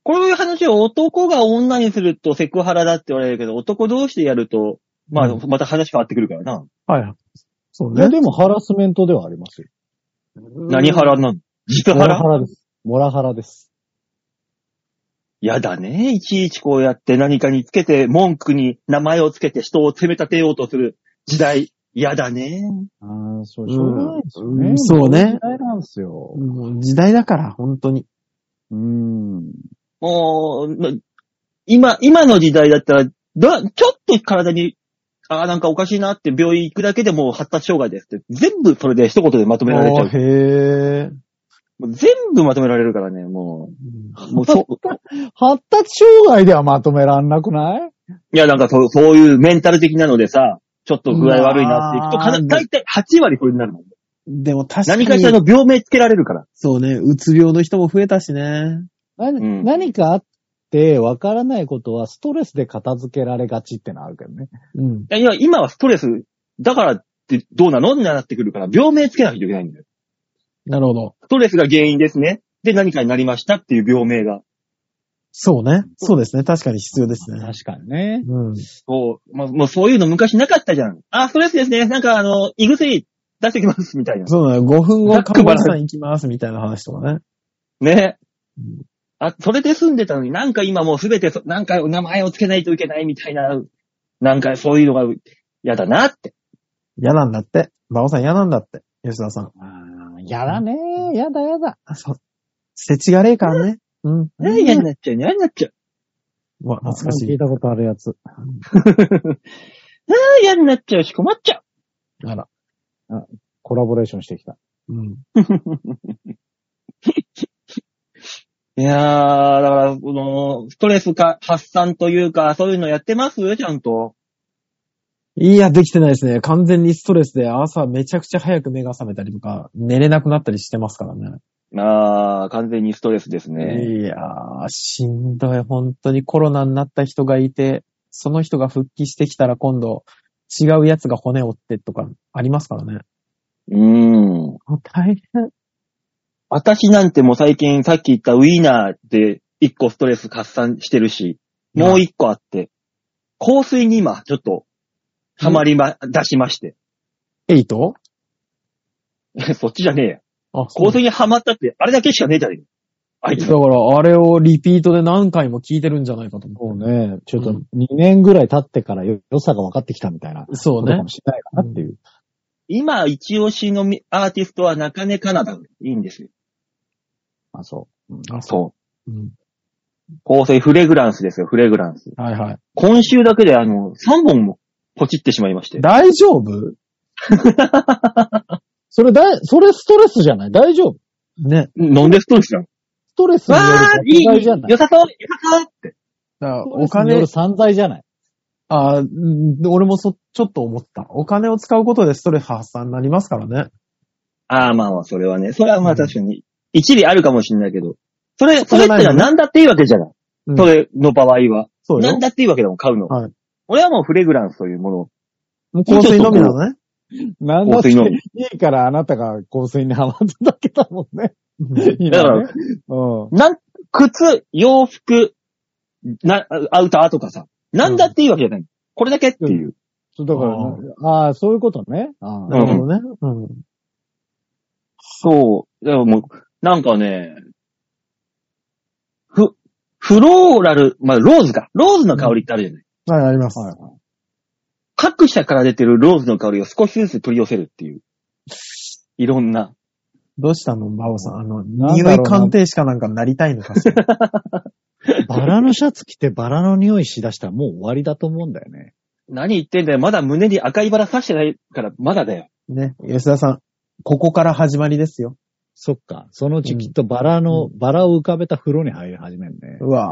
[SPEAKER 2] こういう話を男が女にするとセクハラだって言われるけど、男同士でやると、まあ、
[SPEAKER 3] うん
[SPEAKER 2] また話変わってくるからな。
[SPEAKER 3] はい。そう
[SPEAKER 4] いや
[SPEAKER 3] ね。
[SPEAKER 4] でもハラスメントではありますよ。
[SPEAKER 2] 何ハラなの自腹
[SPEAKER 4] モラハラです。モラハラです。
[SPEAKER 2] やだね。いちいちこうやって何かにつけて、文句に名前をつけて人を責め立てようとする時代。やだね。
[SPEAKER 4] ああ、そう、しょうがないですよね。
[SPEAKER 3] うんそうね
[SPEAKER 4] も問題なんですよ。
[SPEAKER 3] もう時代だから、本当に。
[SPEAKER 4] うん。
[SPEAKER 2] もう、ま今、今の時代だったら、だ、ちょっと体に、ああ、なんかおかしいなって病院行くだけでもう発達障害ですって、全部それで一言でまとめられちゃ
[SPEAKER 3] あ
[SPEAKER 2] う。
[SPEAKER 3] へえ。
[SPEAKER 2] もう全部まとめられるからね、もう。もうそ
[SPEAKER 4] 発達障害ではまとめらんなくない
[SPEAKER 2] いや、なんかそう、そういうメンタル的なのでさ、ちょっと具合悪いなっていくと、
[SPEAKER 3] うわー
[SPEAKER 2] かな大体8割これになるもん。
[SPEAKER 3] でも確かに。
[SPEAKER 2] 何かしらの病名つけられるから。
[SPEAKER 3] そうね、うつ病の人も増えたしね。
[SPEAKER 4] 何,、
[SPEAKER 2] ん
[SPEAKER 4] 何かあってわからないことはストレスで片付けられがちってのはあるけどね。
[SPEAKER 3] うん。
[SPEAKER 2] いや、今はストレス、だからってどうなのになってくるから、病名つけなきゃいけないんだよ。
[SPEAKER 3] なるほど。
[SPEAKER 2] ストレスが原因ですね。で、何かになりましたっていう病名が。
[SPEAKER 3] そうね。そうですね。確かに必要ですね。
[SPEAKER 4] 確かにね。
[SPEAKER 3] うん。
[SPEAKER 2] そう、まあ、もうそういうの昔なかったじゃん。あ、ストレスですね。なんかあの、胃薬出してきます、みたいな。
[SPEAKER 3] そうだよ。5分
[SPEAKER 2] ざ
[SPEAKER 3] 後、
[SPEAKER 2] っく
[SPEAKER 3] 看
[SPEAKER 2] ば
[SPEAKER 3] 護
[SPEAKER 2] らん
[SPEAKER 3] 師さん行きます、みたいな話とかね。
[SPEAKER 2] ね
[SPEAKER 3] うん。
[SPEAKER 2] あ、それで済んでたのになんか今もうすべてそ、なんか名前をつけないといけないみたいな、なんかそういうのが嫌だなって。
[SPEAKER 3] 嫌なんだって。馬尾さん嫌なんだって。吉田さん。
[SPEAKER 4] ああ、やだねやだやだ。
[SPEAKER 3] あそう。世知がれえからね。うん。
[SPEAKER 2] ね嫌になっちゃう、嫌になっちゃう。
[SPEAKER 3] うわ、懐かし
[SPEAKER 4] 聞
[SPEAKER 3] い
[SPEAKER 4] い。たことあるやつ。
[SPEAKER 2] あ嫌になっちゃうし困っちゃう。
[SPEAKER 3] あら。
[SPEAKER 4] コラボレーションしてきた。
[SPEAKER 3] うん。
[SPEAKER 2] いやー、だから、この、ストレスか、発散というか、そういうのやってますちゃんと。
[SPEAKER 3] いや、できてないですね。完全にストレスで朝めちゃくちゃ早く目が覚めたりとか、寝れなくなったりしてますからね。
[SPEAKER 2] あー、完全にストレスですね。
[SPEAKER 3] いやー、しんどい。本当にコロナになった人がいて、その人が復帰してきたら今度、違うやつが骨折ってとかありますからね。
[SPEAKER 2] うーん。
[SPEAKER 3] もう大変。
[SPEAKER 2] 私なんてもう最近さっき言ったウィーナーで一個ストレス発散してるし、もう一個あって、香水に今ちょっと、ハマりま、出しまして。 [LAUGHS]
[SPEAKER 3] エイト
[SPEAKER 2] そっちじゃねえや。
[SPEAKER 3] あ、
[SPEAKER 2] 香水にハマったって、あれだけしかねえじゃねえかあい
[SPEAKER 3] だ
[SPEAKER 2] つ
[SPEAKER 3] か。ら、あれをリピートで何回も聞いてるんじゃないかと思
[SPEAKER 4] そうね、ちょっと
[SPEAKER 3] うん
[SPEAKER 4] 2年ぐらい経ってからよ良さが分かってきたみたいな
[SPEAKER 3] う。そ
[SPEAKER 4] こ
[SPEAKER 3] う
[SPEAKER 4] とか
[SPEAKER 3] ね
[SPEAKER 4] も。しれないかなっていう。
[SPEAKER 2] 今、一押しのみアーティストは中根かなだ。いいんですよ。
[SPEAKER 4] あ、そう。うん
[SPEAKER 3] あ。
[SPEAKER 2] そう
[SPEAKER 3] うん。
[SPEAKER 2] う。香水フレグランスですよ、フレグランス。
[SPEAKER 3] はいはい。
[SPEAKER 2] 今週だけであの、3本もポチってしまいまして。
[SPEAKER 3] 大丈 [LAUGHS] 夫
[SPEAKER 4] それだい、それストレスじゃない大丈夫
[SPEAKER 3] ね。
[SPEAKER 2] なんでストレスなの
[SPEAKER 4] ストレスによ
[SPEAKER 2] わー、
[SPEAKER 4] る
[SPEAKER 2] いい、
[SPEAKER 4] 散
[SPEAKER 2] 良
[SPEAKER 4] 財じゃ
[SPEAKER 2] さ
[SPEAKER 4] な
[SPEAKER 2] そう、
[SPEAKER 4] い
[SPEAKER 2] 良さそう
[SPEAKER 3] だからお
[SPEAKER 4] お金によ
[SPEAKER 3] 金
[SPEAKER 4] る、散財じゃない
[SPEAKER 3] あーうん俺もそ、ちょっと思った。お金を使うことでストレス発散になりますからね。
[SPEAKER 2] ああ、まあまあ、それはね。それはまあ確かに、一理あるかもしれないけど、それ、そ
[SPEAKER 3] そう
[SPEAKER 2] れ
[SPEAKER 3] じ
[SPEAKER 2] っ
[SPEAKER 3] ゃない
[SPEAKER 2] て
[SPEAKER 3] のね
[SPEAKER 2] 何だっていいわけじゃない。
[SPEAKER 3] うん
[SPEAKER 2] それの場合は。
[SPEAKER 3] そうよ
[SPEAKER 2] 何。だっていいわけだもん、買うの。
[SPEAKER 3] はい
[SPEAKER 2] 俺はもうフレグランスというものを
[SPEAKER 3] もう香水のみなのね。
[SPEAKER 4] なんだ
[SPEAKER 2] 香
[SPEAKER 4] って
[SPEAKER 2] 水のみ。
[SPEAKER 4] いいからあなたが香水にハマっただけだもんね。
[SPEAKER 2] だから
[SPEAKER 4] 今ね、うん。
[SPEAKER 2] なん、靴、洋服、な、アウターとかさ。何だっていいわけじゃない。これだけっていう。
[SPEAKER 4] そうだから、ああー、そういうことね。あ
[SPEAKER 3] な
[SPEAKER 4] ー
[SPEAKER 3] るほどね。うん。
[SPEAKER 2] そう。でももう、なんかね、ふ、フローラル、まあ、ローズか。ローズの香りってあるじゃない。
[SPEAKER 3] はい、あります。
[SPEAKER 4] はい
[SPEAKER 2] 各社から出てるローズの香りを少しずつ取り寄せるっていう。いろんな。
[SPEAKER 3] どうしたのバオさん。あの、
[SPEAKER 4] なんだ
[SPEAKER 3] 匂
[SPEAKER 4] ろうない
[SPEAKER 3] 鑑定士かなんかになりたいのかし [LAUGHS] ら。
[SPEAKER 4] バラのシャツ着てバラの匂いしだしたらもう終わりだと思うんだよね。
[SPEAKER 2] 何言ってんだよ。まだ胸に赤いバラ刺してないから、まだだよ。
[SPEAKER 3] ね。吉田さん、ここから始まりですよ。
[SPEAKER 4] そっか。そのうちきっとバラの、バラを浮かべた風呂に入り始めるね。
[SPEAKER 3] うわ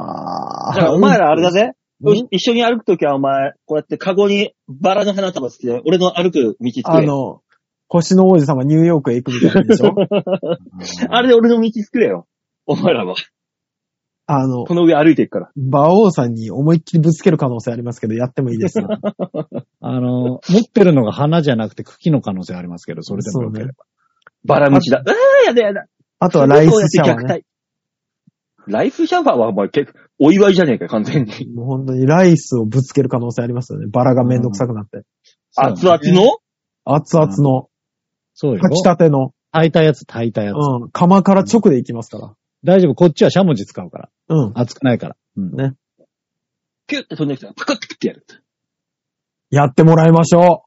[SPEAKER 2] だ
[SPEAKER 3] ー。
[SPEAKER 2] からお前らあれだぜ。
[SPEAKER 3] うん
[SPEAKER 2] い一緒に歩くときはお前、こうやってカゴにバラの花束つけて、俺の歩く道作
[SPEAKER 3] あ
[SPEAKER 2] れ。
[SPEAKER 3] の、星の王子様ニューヨークへ行くみたいなん
[SPEAKER 2] [LAUGHS]
[SPEAKER 3] でしょ
[SPEAKER 2] あれで俺の道作れよ。お前らは。
[SPEAKER 3] あの、
[SPEAKER 2] この上歩いていくから。
[SPEAKER 3] 馬王さんに思いっきりぶつける可能性ありますけど、やってもいい
[SPEAKER 2] [LAUGHS]
[SPEAKER 3] ですよ。
[SPEAKER 4] あの、持ってるのが花じゃなくて茎の可能性ありますけど、それでもよければ。
[SPEAKER 2] バラ道だ。ああ、やだやだ。
[SPEAKER 3] あとはライスシャワーね。
[SPEAKER 2] ね。ライスシャワーはお前結構、お祝いじゃねえかよ、完全に。
[SPEAKER 3] もう本当にライスをぶつける可能性ありますよね。バラがめんどくさくなって。
[SPEAKER 2] 熱々
[SPEAKER 4] の
[SPEAKER 2] の
[SPEAKER 3] 熱々の、
[SPEAKER 4] そうよ。
[SPEAKER 3] 炊きたての、
[SPEAKER 4] 炊いたやつ、炊いたやつ。
[SPEAKER 3] うん、釜から直で行きますか
[SPEAKER 4] 大丈夫、こっちはしゃもじ使うから。
[SPEAKER 3] ら。うん。
[SPEAKER 4] 熱くない [LAUGHS] から。うん
[SPEAKER 3] ね
[SPEAKER 2] キュッて飛んできたら、パクッてやる。
[SPEAKER 3] やってもらいましょ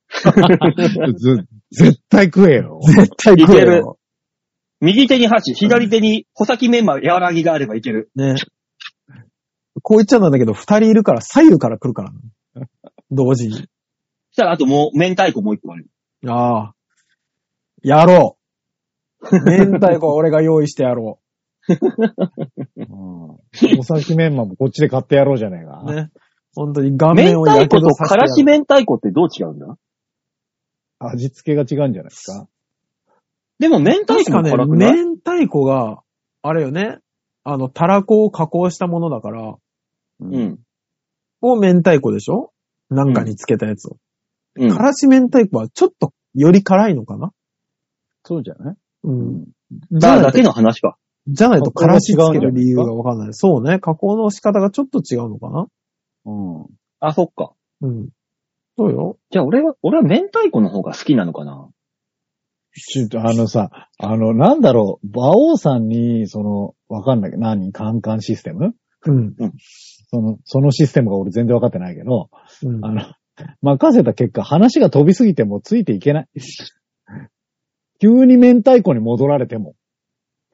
[SPEAKER 4] ず絶対食えよ
[SPEAKER 3] う。。 [LAUGHS] 絶対食えよ。
[SPEAKER 2] 右手に箸、左手に穂先メンマ、柔らぎがあればいける。
[SPEAKER 3] ね。こう言っちゃなんだけど、二人いるから左右から来るから。同時に。
[SPEAKER 2] そしたら、あともう、明太子もう一個ある。
[SPEAKER 3] ああ。やろう。明太子は俺が用意してやろう。
[SPEAKER 4] うんお先メンマもこっちで買ってやろうじゃ [LAUGHS] ねえか。
[SPEAKER 3] ね。本当に顔面
[SPEAKER 2] 明
[SPEAKER 3] をや
[SPEAKER 2] 太
[SPEAKER 3] け
[SPEAKER 2] 子
[SPEAKER 3] ど
[SPEAKER 2] と
[SPEAKER 3] させて
[SPEAKER 2] から
[SPEAKER 3] や
[SPEAKER 2] し
[SPEAKER 3] る。
[SPEAKER 2] 明太子ってどう違うんだ
[SPEAKER 4] 味付けが違うんじゃないですか。
[SPEAKER 2] でも、明太
[SPEAKER 3] 確
[SPEAKER 2] 子
[SPEAKER 3] か
[SPEAKER 2] も
[SPEAKER 3] ね、
[SPEAKER 2] 辛くない
[SPEAKER 3] 明太子が、あれよね、あの、たらこを加工したものだから、
[SPEAKER 4] う
[SPEAKER 2] うん。
[SPEAKER 3] を明太子でしょなんかにつけたやつを。
[SPEAKER 2] うん。
[SPEAKER 3] からし明太子はちょっとより辛いのかな
[SPEAKER 4] そうじゃない
[SPEAKER 3] うん。じゃ
[SPEAKER 2] だ
[SPEAKER 3] ない
[SPEAKER 2] だ
[SPEAKER 3] と
[SPEAKER 2] け、の話か。
[SPEAKER 3] じゃないとからしつける理由がわかんない。そうね、加工の仕方がちょっと違うのかな
[SPEAKER 4] うん。
[SPEAKER 2] あ、そっか。
[SPEAKER 3] うん。そうよ。
[SPEAKER 2] じゃあ、俺は、俺は明太子の方が好きなのかな
[SPEAKER 4] ちょっとあのさ、あの、なんだろう、馬王さんに、その、わかんないけど、何カンカンシステム
[SPEAKER 3] うん。
[SPEAKER 4] その、そのシステムが俺全然わかってないけど、
[SPEAKER 3] うん
[SPEAKER 4] あの、 [LAUGHS] 任せた結果、話が飛びすぎてもついていけない。 [LAUGHS] 急に明太子に戻られても。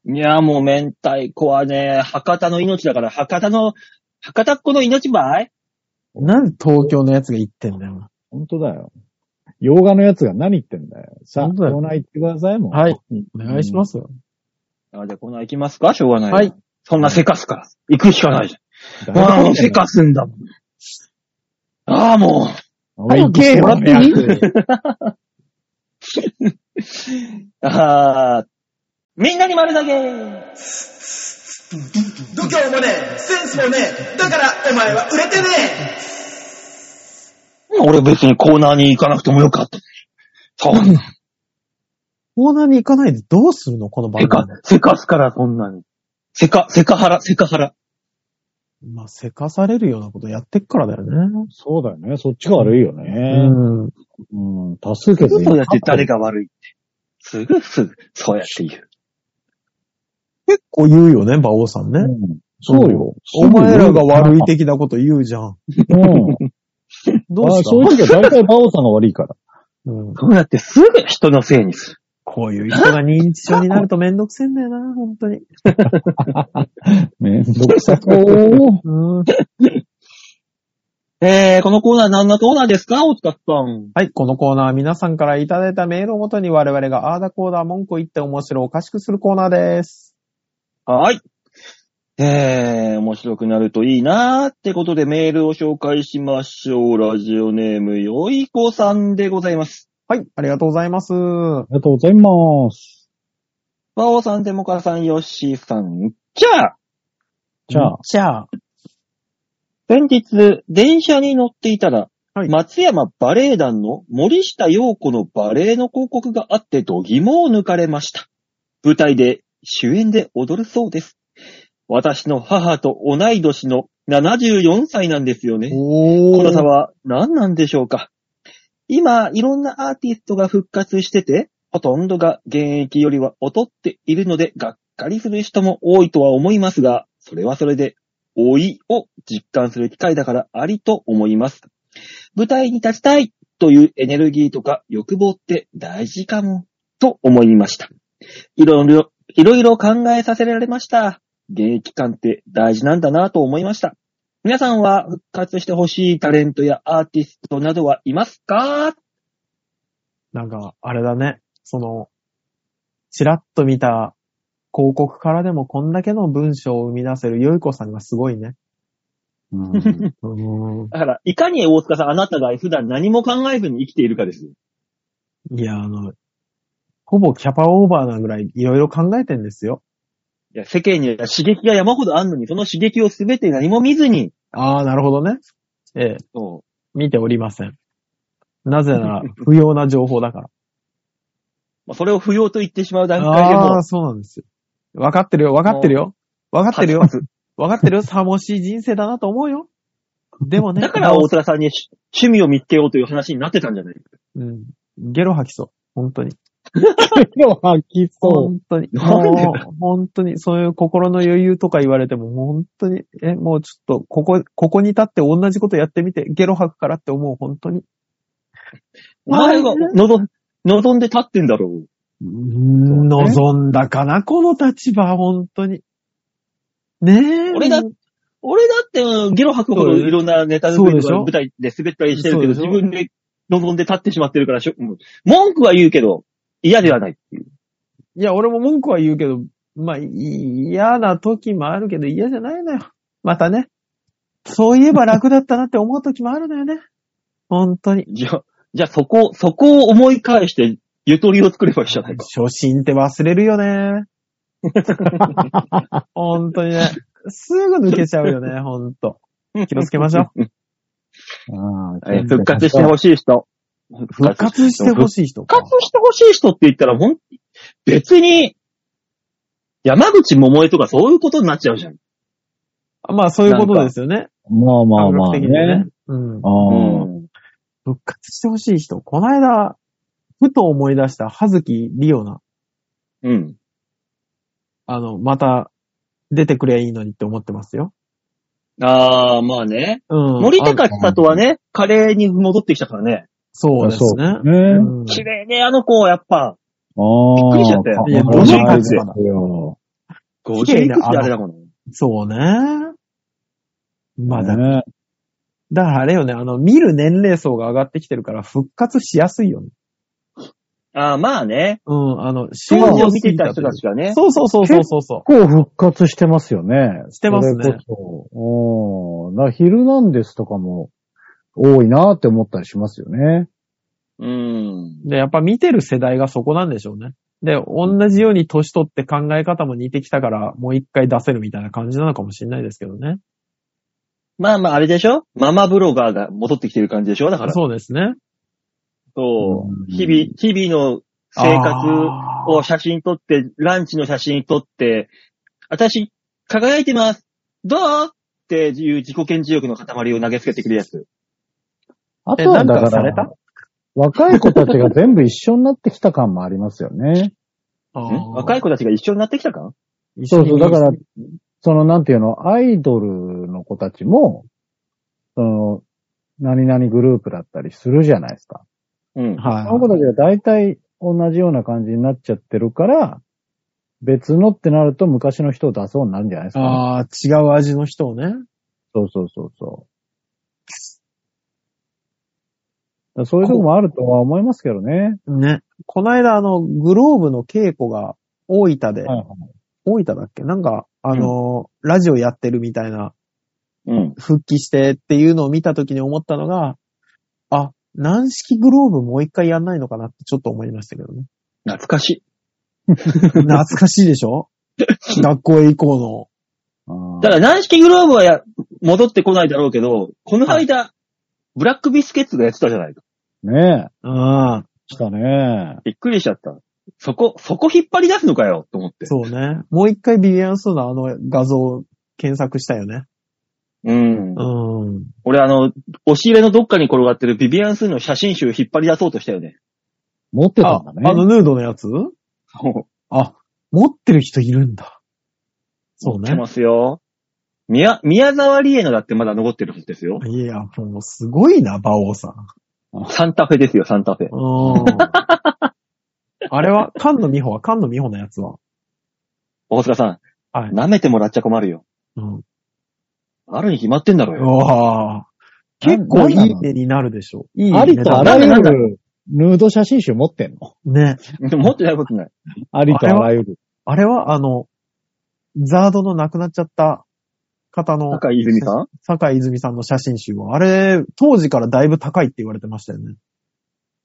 [SPEAKER 2] いや、もう明太子はね、博多の命だから、博多の、博多っ子の命ばい
[SPEAKER 3] なんで東京のやつが言ってんだよ。
[SPEAKER 4] 本当だよ。洋画のやつが何言ってんだよ。さあ、コ
[SPEAKER 3] 本当だよ
[SPEAKER 4] ーナー行ってくださいもん。
[SPEAKER 3] はい
[SPEAKER 4] うん。
[SPEAKER 3] お願いしますよ。
[SPEAKER 2] あ、じゃあ、この行きますかしょうがない。
[SPEAKER 3] はい。
[SPEAKER 2] そんなせかすから。行くしかないじゃ
[SPEAKER 4] 大
[SPEAKER 2] ん。ああ、
[SPEAKER 4] 丈
[SPEAKER 2] も
[SPEAKER 4] 夫
[SPEAKER 2] うせかすんだもん。ああ、も。
[SPEAKER 4] おい行け
[SPEAKER 3] 早くして
[SPEAKER 4] よ、
[SPEAKER 3] もらっていいう
[SPEAKER 2] ああ、みんなに丸投げ
[SPEAKER 6] 度胸もねえ、センスもねえ、だからお前は売れてねえ
[SPEAKER 2] 俺別にコーナーに行かなくてもよかった。そんな。
[SPEAKER 3] [LAUGHS] コーナーに行かないでどうするのこの番
[SPEAKER 2] せ
[SPEAKER 3] 組
[SPEAKER 2] か。、せかすから、そんなに。せか、せかはら、せかはら。
[SPEAKER 3] まあ、せかされるようなことやってっからだよね。
[SPEAKER 4] そうだよね。そっちが悪いよね。
[SPEAKER 3] うん。
[SPEAKER 4] うん。多数決
[SPEAKER 2] すぐ
[SPEAKER 4] に
[SPEAKER 2] そうやって誰が悪いって。すぐすぐ、そうやって言う。
[SPEAKER 3] 結構言うよね、馬王さん
[SPEAKER 4] う
[SPEAKER 3] ね。
[SPEAKER 4] んそうよ。
[SPEAKER 3] お前らが悪い的なこと言うじゃん。
[SPEAKER 4] うん。
[SPEAKER 3] ど
[SPEAKER 4] あ
[SPEAKER 3] う
[SPEAKER 4] あ
[SPEAKER 3] した
[SPEAKER 4] そういう時は大体馬王さんが悪いから。
[SPEAKER 3] うん
[SPEAKER 2] そうやってすぐ人のせいにする。
[SPEAKER 3] こういう人が認知症になるとめんどくせえんだよ
[SPEAKER 4] [LAUGHS]
[SPEAKER 3] な、本当に。
[SPEAKER 4] ね。どくさそう。
[SPEAKER 3] うん。
[SPEAKER 2] えー、このコーナー何のコーナーですか大塚さん。
[SPEAKER 3] はい、このコーナーは皆さんからいただいたメールをもとに我々がアーダコーダー文句言って面白おかしくするコーナーです。
[SPEAKER 2] はい。えー、面白くなるといいなーってことでメールを紹介しましょう。ラジオネーム、よいこさんでございます。
[SPEAKER 3] はい、ありがとうございます。
[SPEAKER 4] ありがとうございます。
[SPEAKER 2] バオさん、デモカさん、ヨッシーさん、じゃあ、
[SPEAKER 4] じゃあ、
[SPEAKER 3] じゃあ、
[SPEAKER 2] 先日、電車に乗っていたら、
[SPEAKER 3] はい
[SPEAKER 2] 松山バレエ団の森下陽子のバレエの広告があって度肝を抜かれました。舞台で主演で踊るそうです。私の母と同い年の74歳なんですよね。
[SPEAKER 3] お
[SPEAKER 2] この差は何なんでしょうか今、いろんなアーティストが復活してて、ほとんどが現役よりは劣っているので、がっかりする人も多いとは思いますが、それはそれで、老いを実感する機会だからありと思います。舞台に立ちたいというエネルギーとか欲望って大事かも、と思いました。いろいろ、いろいろ考えさせられました。現役感って大事なんだなと思いました。皆さんは復活してほしいタレントやアーティストなどはいますか
[SPEAKER 3] なんか、あれだね。その、ちらっと見た広告からでもこんだけの文章を生み出せるよいこさんがすごいね。
[SPEAKER 4] うん、
[SPEAKER 3] うん。
[SPEAKER 2] だから、いかに大塚さん、あなたが普段何も考えずに生きているかですよ。
[SPEAKER 3] いや、あの、ほぼキャパオーバーなぐらいいろいろ考えてんですよ。
[SPEAKER 2] いや、世間には刺激が山ほどあるのに、その刺激をすべて何も見ずに、
[SPEAKER 3] ああ、なるほどね。ええ、
[SPEAKER 2] そ
[SPEAKER 3] 見ておりません。な
[SPEAKER 2] [LAUGHS]
[SPEAKER 3] ぜなら、不要な情報だから。
[SPEAKER 2] うまあ、それを不要と言ってしまう段階で
[SPEAKER 3] ああ
[SPEAKER 2] も
[SPEAKER 3] ー、、そうなんですよ。わかってるよ、わかってるよ。わかってるよ
[SPEAKER 2] パ。ツパツ
[SPEAKER 3] わかってるよ。寂しい人生だなと思うよ。でもね。
[SPEAKER 2] だから大塚さんに趣趣味を見つけようという話になってたんじゃない
[SPEAKER 3] うん。ゲロ吐きそう。本当に。
[SPEAKER 4] 色はきそ
[SPEAKER 3] 本当に。
[SPEAKER 2] なんでだ
[SPEAKER 3] もう、本当に、そういう心の余裕とか言われても、もう本当に、え、もうちょっと、ここ、ここに立って同じことやってみて、ゲロ吐くからって思う、本当に。
[SPEAKER 2] お前が望、望んで立ってんだろう。
[SPEAKER 3] うーん望んだかな、この立場、本当に。ねえ。
[SPEAKER 2] 俺だ俺だって、うんゲロ吐くほどいろんなネタ
[SPEAKER 3] そう
[SPEAKER 2] 作
[SPEAKER 3] で
[SPEAKER 2] り
[SPEAKER 3] し
[SPEAKER 2] と
[SPEAKER 3] ょ
[SPEAKER 2] か舞台で滑ったりしてるけど、
[SPEAKER 3] そ
[SPEAKER 2] 自
[SPEAKER 3] うでしょ
[SPEAKER 2] 分で望んで立ってしまってるからしょ、うん文句は言うけど、嫌ではないっていう。
[SPEAKER 3] いや、俺も文句は言うけど、まあ、い嫌な時もあるけど、嫌じゃないのよ。またね。そういえば楽だったなって思う時もあるのよね。本当に。
[SPEAKER 2] じゃあ、じゃあそこ、そこを思い返して、ゆとりを作ればいいじゃないか。
[SPEAKER 3] 初心って忘れるよね。 [LAUGHS] 本当にね。すぐ抜けちゃうよね、本当。気をつけましょう。
[SPEAKER 4] う。あ
[SPEAKER 2] [LAUGHS]
[SPEAKER 4] あ
[SPEAKER 2] えー復活してほしい人。
[SPEAKER 3] [LAUGHS] 復活してほ
[SPEAKER 2] しい。
[SPEAKER 3] しい人
[SPEAKER 2] 復
[SPEAKER 3] か。
[SPEAKER 2] 活してほしい人って言ったら、ほん、別に、山口百恵とかそういうことになっちゃうじゃん。
[SPEAKER 3] まあ、そういうことですよね。
[SPEAKER 4] まあまあまあ
[SPEAKER 3] 感覚的に
[SPEAKER 4] ね。。
[SPEAKER 3] うん。
[SPEAKER 4] ああ、
[SPEAKER 2] うん
[SPEAKER 3] 復活してほしい人。この間、ふと思い出した、はずきりおな。
[SPEAKER 2] うん。
[SPEAKER 3] あの、また、出てくりゃいいのにって思ってますよ。
[SPEAKER 2] ああ、まあね。
[SPEAKER 3] うん。
[SPEAKER 2] 森高千里はね、カレーに戻ってきたからね。
[SPEAKER 3] そうですね。
[SPEAKER 4] ねえ。
[SPEAKER 3] うん
[SPEAKER 2] 綺麗ね、あの子、やっぱ。
[SPEAKER 4] ああ。
[SPEAKER 2] びっくりしちゃったよ
[SPEAKER 4] か
[SPEAKER 3] いや
[SPEAKER 4] わい
[SPEAKER 2] どの
[SPEAKER 4] い
[SPEAKER 2] 角
[SPEAKER 4] で
[SPEAKER 2] 度
[SPEAKER 4] す
[SPEAKER 2] か
[SPEAKER 4] よ。
[SPEAKER 2] 50
[SPEAKER 3] 綺麗
[SPEAKER 2] い
[SPEAKER 3] な
[SPEAKER 2] くつであれだもんね。
[SPEAKER 3] そうね。まあだ、
[SPEAKER 4] ね
[SPEAKER 3] だからあれよね、あの、見る年齢層が上がってきてるから復活しやすいよね。
[SPEAKER 2] ああ、まあね。
[SPEAKER 3] うん、あの、終
[SPEAKER 2] 当時を見ていた人たちがね。
[SPEAKER 3] そうそうそうそうそうそ
[SPEAKER 4] 結構復活してますよね。
[SPEAKER 3] してますね
[SPEAKER 4] それこそ。おーな、ヒルナンデスとかも多いなって思ったりしますよね。
[SPEAKER 2] うん。
[SPEAKER 3] う。で、やっぱ見てる世代がそこなんでしょうね。で、同じように年取って考え方も似てきたから、もう一回出せるみたいな感じなのかもしれないですけどね。
[SPEAKER 2] まあまあ、あれでしょママブロガーが戻ってきてる感じでしょだから。そう。
[SPEAKER 3] そうですね。
[SPEAKER 4] うん
[SPEAKER 2] 日々、日々の生活を写真撮って、ランチの写真撮って、私、輝いてますどうっていう自己顕示欲の塊を投げつけてくるやつ。
[SPEAKER 4] あ
[SPEAKER 3] え、
[SPEAKER 4] と
[SPEAKER 3] な
[SPEAKER 4] は
[SPEAKER 3] ん
[SPEAKER 4] だ
[SPEAKER 3] か
[SPEAKER 4] か
[SPEAKER 3] された
[SPEAKER 4] ら、若い子たちが全部一緒になってきた感もありますよ
[SPEAKER 3] [LAUGHS]
[SPEAKER 4] ね。
[SPEAKER 2] ん若い子たちが一緒になってきたか
[SPEAKER 4] そうそう、だから、その、なんていうの、アイドルの子たちも、その、何々グループだったりするじゃないですか。
[SPEAKER 2] うん。
[SPEAKER 3] はい
[SPEAKER 4] その子たちが大体同じような感じになっちゃってるから、別のってなると昔の人を出そうになるんじゃないですか。
[SPEAKER 3] ああ、違う味の人をね。
[SPEAKER 4] そうそうそうそう。だからそういうとこもあるとは思いますけどね。
[SPEAKER 3] ね。この間、あの、グローブの稽古が大分で、
[SPEAKER 4] はい
[SPEAKER 3] 大分だっけなんか、あの、ラジオやってるみたいな、
[SPEAKER 2] うん。
[SPEAKER 3] 復帰してっていうのを見た時に思ったのが、あ、軟式グローブもう一回やんないのかなってちょっと思いましたけ
[SPEAKER 2] [LAUGHS]
[SPEAKER 3] どね。
[SPEAKER 2] 懐かし
[SPEAKER 3] 懐かしいでし
[SPEAKER 2] [LAUGHS]
[SPEAKER 3] ょ学校へ行こうの。
[SPEAKER 2] い。ただ、軟式グローブはや戻ってこないだろうけど、この間、ブラックビスケッツがやってたじゃないか。
[SPEAKER 4] ねえ。
[SPEAKER 3] うん。
[SPEAKER 4] 来たね。
[SPEAKER 2] びっくりしちゃった。そこ、そこ引っ張り出すのかよ、と思って。
[SPEAKER 3] そうね。もう一回ビビアンソーのあの画像を検索したよね。
[SPEAKER 2] うん
[SPEAKER 3] う。ん。
[SPEAKER 2] 俺、あの、押し入れのどっかに転がってるビビアンスーの写真集引っ張り出そうとしたよね。
[SPEAKER 4] 持ってた
[SPEAKER 3] あ
[SPEAKER 4] んだ、
[SPEAKER 3] あの
[SPEAKER 4] ね。
[SPEAKER 3] ヌードのやつあ、持ってる人いるんだ。そう
[SPEAKER 2] 持って
[SPEAKER 3] ね。
[SPEAKER 2] ますよ。宮、宮沢りえのだってまだ残ってるんですよ。
[SPEAKER 3] いや、もうすごいな、馬王さん。
[SPEAKER 2] サンタフェですよ、サンタフェ。
[SPEAKER 3] うん。あれは、菅野美穂は菅野美穂のやつは。
[SPEAKER 2] 大塚さん。
[SPEAKER 3] はい
[SPEAKER 2] 舐めてもらっちゃ困るよ。
[SPEAKER 3] うん。
[SPEAKER 2] あるに決まってんだろう
[SPEAKER 3] う
[SPEAKER 2] よ。
[SPEAKER 3] わー結構いい絵になるでしょ。いい
[SPEAKER 4] あ
[SPEAKER 3] 絵
[SPEAKER 4] り
[SPEAKER 3] に
[SPEAKER 4] とあ
[SPEAKER 3] なる。
[SPEAKER 4] らゆ
[SPEAKER 2] なんだな
[SPEAKER 4] るヌード写真集持ってんの
[SPEAKER 3] ね。
[SPEAKER 2] [LAUGHS] 持ってないことない。
[SPEAKER 4] ありとあらゆる。
[SPEAKER 3] あれは、あの、ザードの亡くなっちゃった方の
[SPEAKER 2] 高井泉さん
[SPEAKER 3] 坂井泉さんの写真集は、あれ、当時からだいぶ高いって言われてましたよね。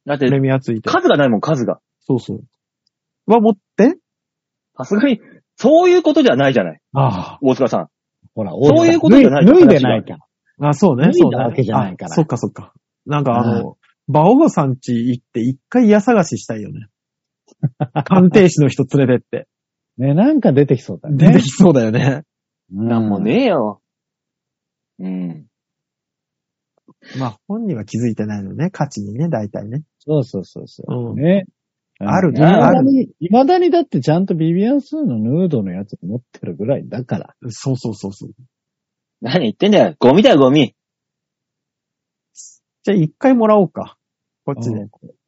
[SPEAKER 2] だっ
[SPEAKER 3] プレ
[SPEAKER 2] て、
[SPEAKER 3] ミアついて。
[SPEAKER 2] 数がないもん、数が。
[SPEAKER 3] そうそう。は持って
[SPEAKER 2] さすがに、そういうことじゃないじゃない。
[SPEAKER 3] あ
[SPEAKER 2] 大塚さん。
[SPEAKER 4] ほら、
[SPEAKER 2] そういうことじゃない
[SPEAKER 4] 脱い脱いで
[SPEAKER 2] 話が
[SPEAKER 4] ないから。
[SPEAKER 3] あ。あ、そうね。
[SPEAKER 4] 脱いだ
[SPEAKER 3] そうね
[SPEAKER 4] わけじゃないから
[SPEAKER 3] あそっかそっか。なんかあの、バオゴさん家行って一回家探ししたいよ
[SPEAKER 4] [LAUGHS]
[SPEAKER 3] ね。鑑定士の人連れてって。
[SPEAKER 4] ね、なんか出てきそうだね。
[SPEAKER 3] 出てきそうだよね。
[SPEAKER 2] なんも
[SPEAKER 4] う
[SPEAKER 2] ねえよ。うん。
[SPEAKER 4] [LAUGHS]
[SPEAKER 3] まあ本人は気づいてないのね。価値にね、大体ね。
[SPEAKER 4] そうそうそうそうう。
[SPEAKER 3] ん。
[SPEAKER 4] ね。
[SPEAKER 3] ある
[SPEAKER 4] 未
[SPEAKER 3] ね
[SPEAKER 4] だ
[SPEAKER 3] ある
[SPEAKER 4] に、未だにだってちゃんとビビアンスーのヌードのやつ持ってるぐらいだから。
[SPEAKER 3] そうそうそうそう。
[SPEAKER 2] 何言ってんだよ。ゴミだよ、ゴミ。
[SPEAKER 3] じゃあ一回もらおうか。こっちで。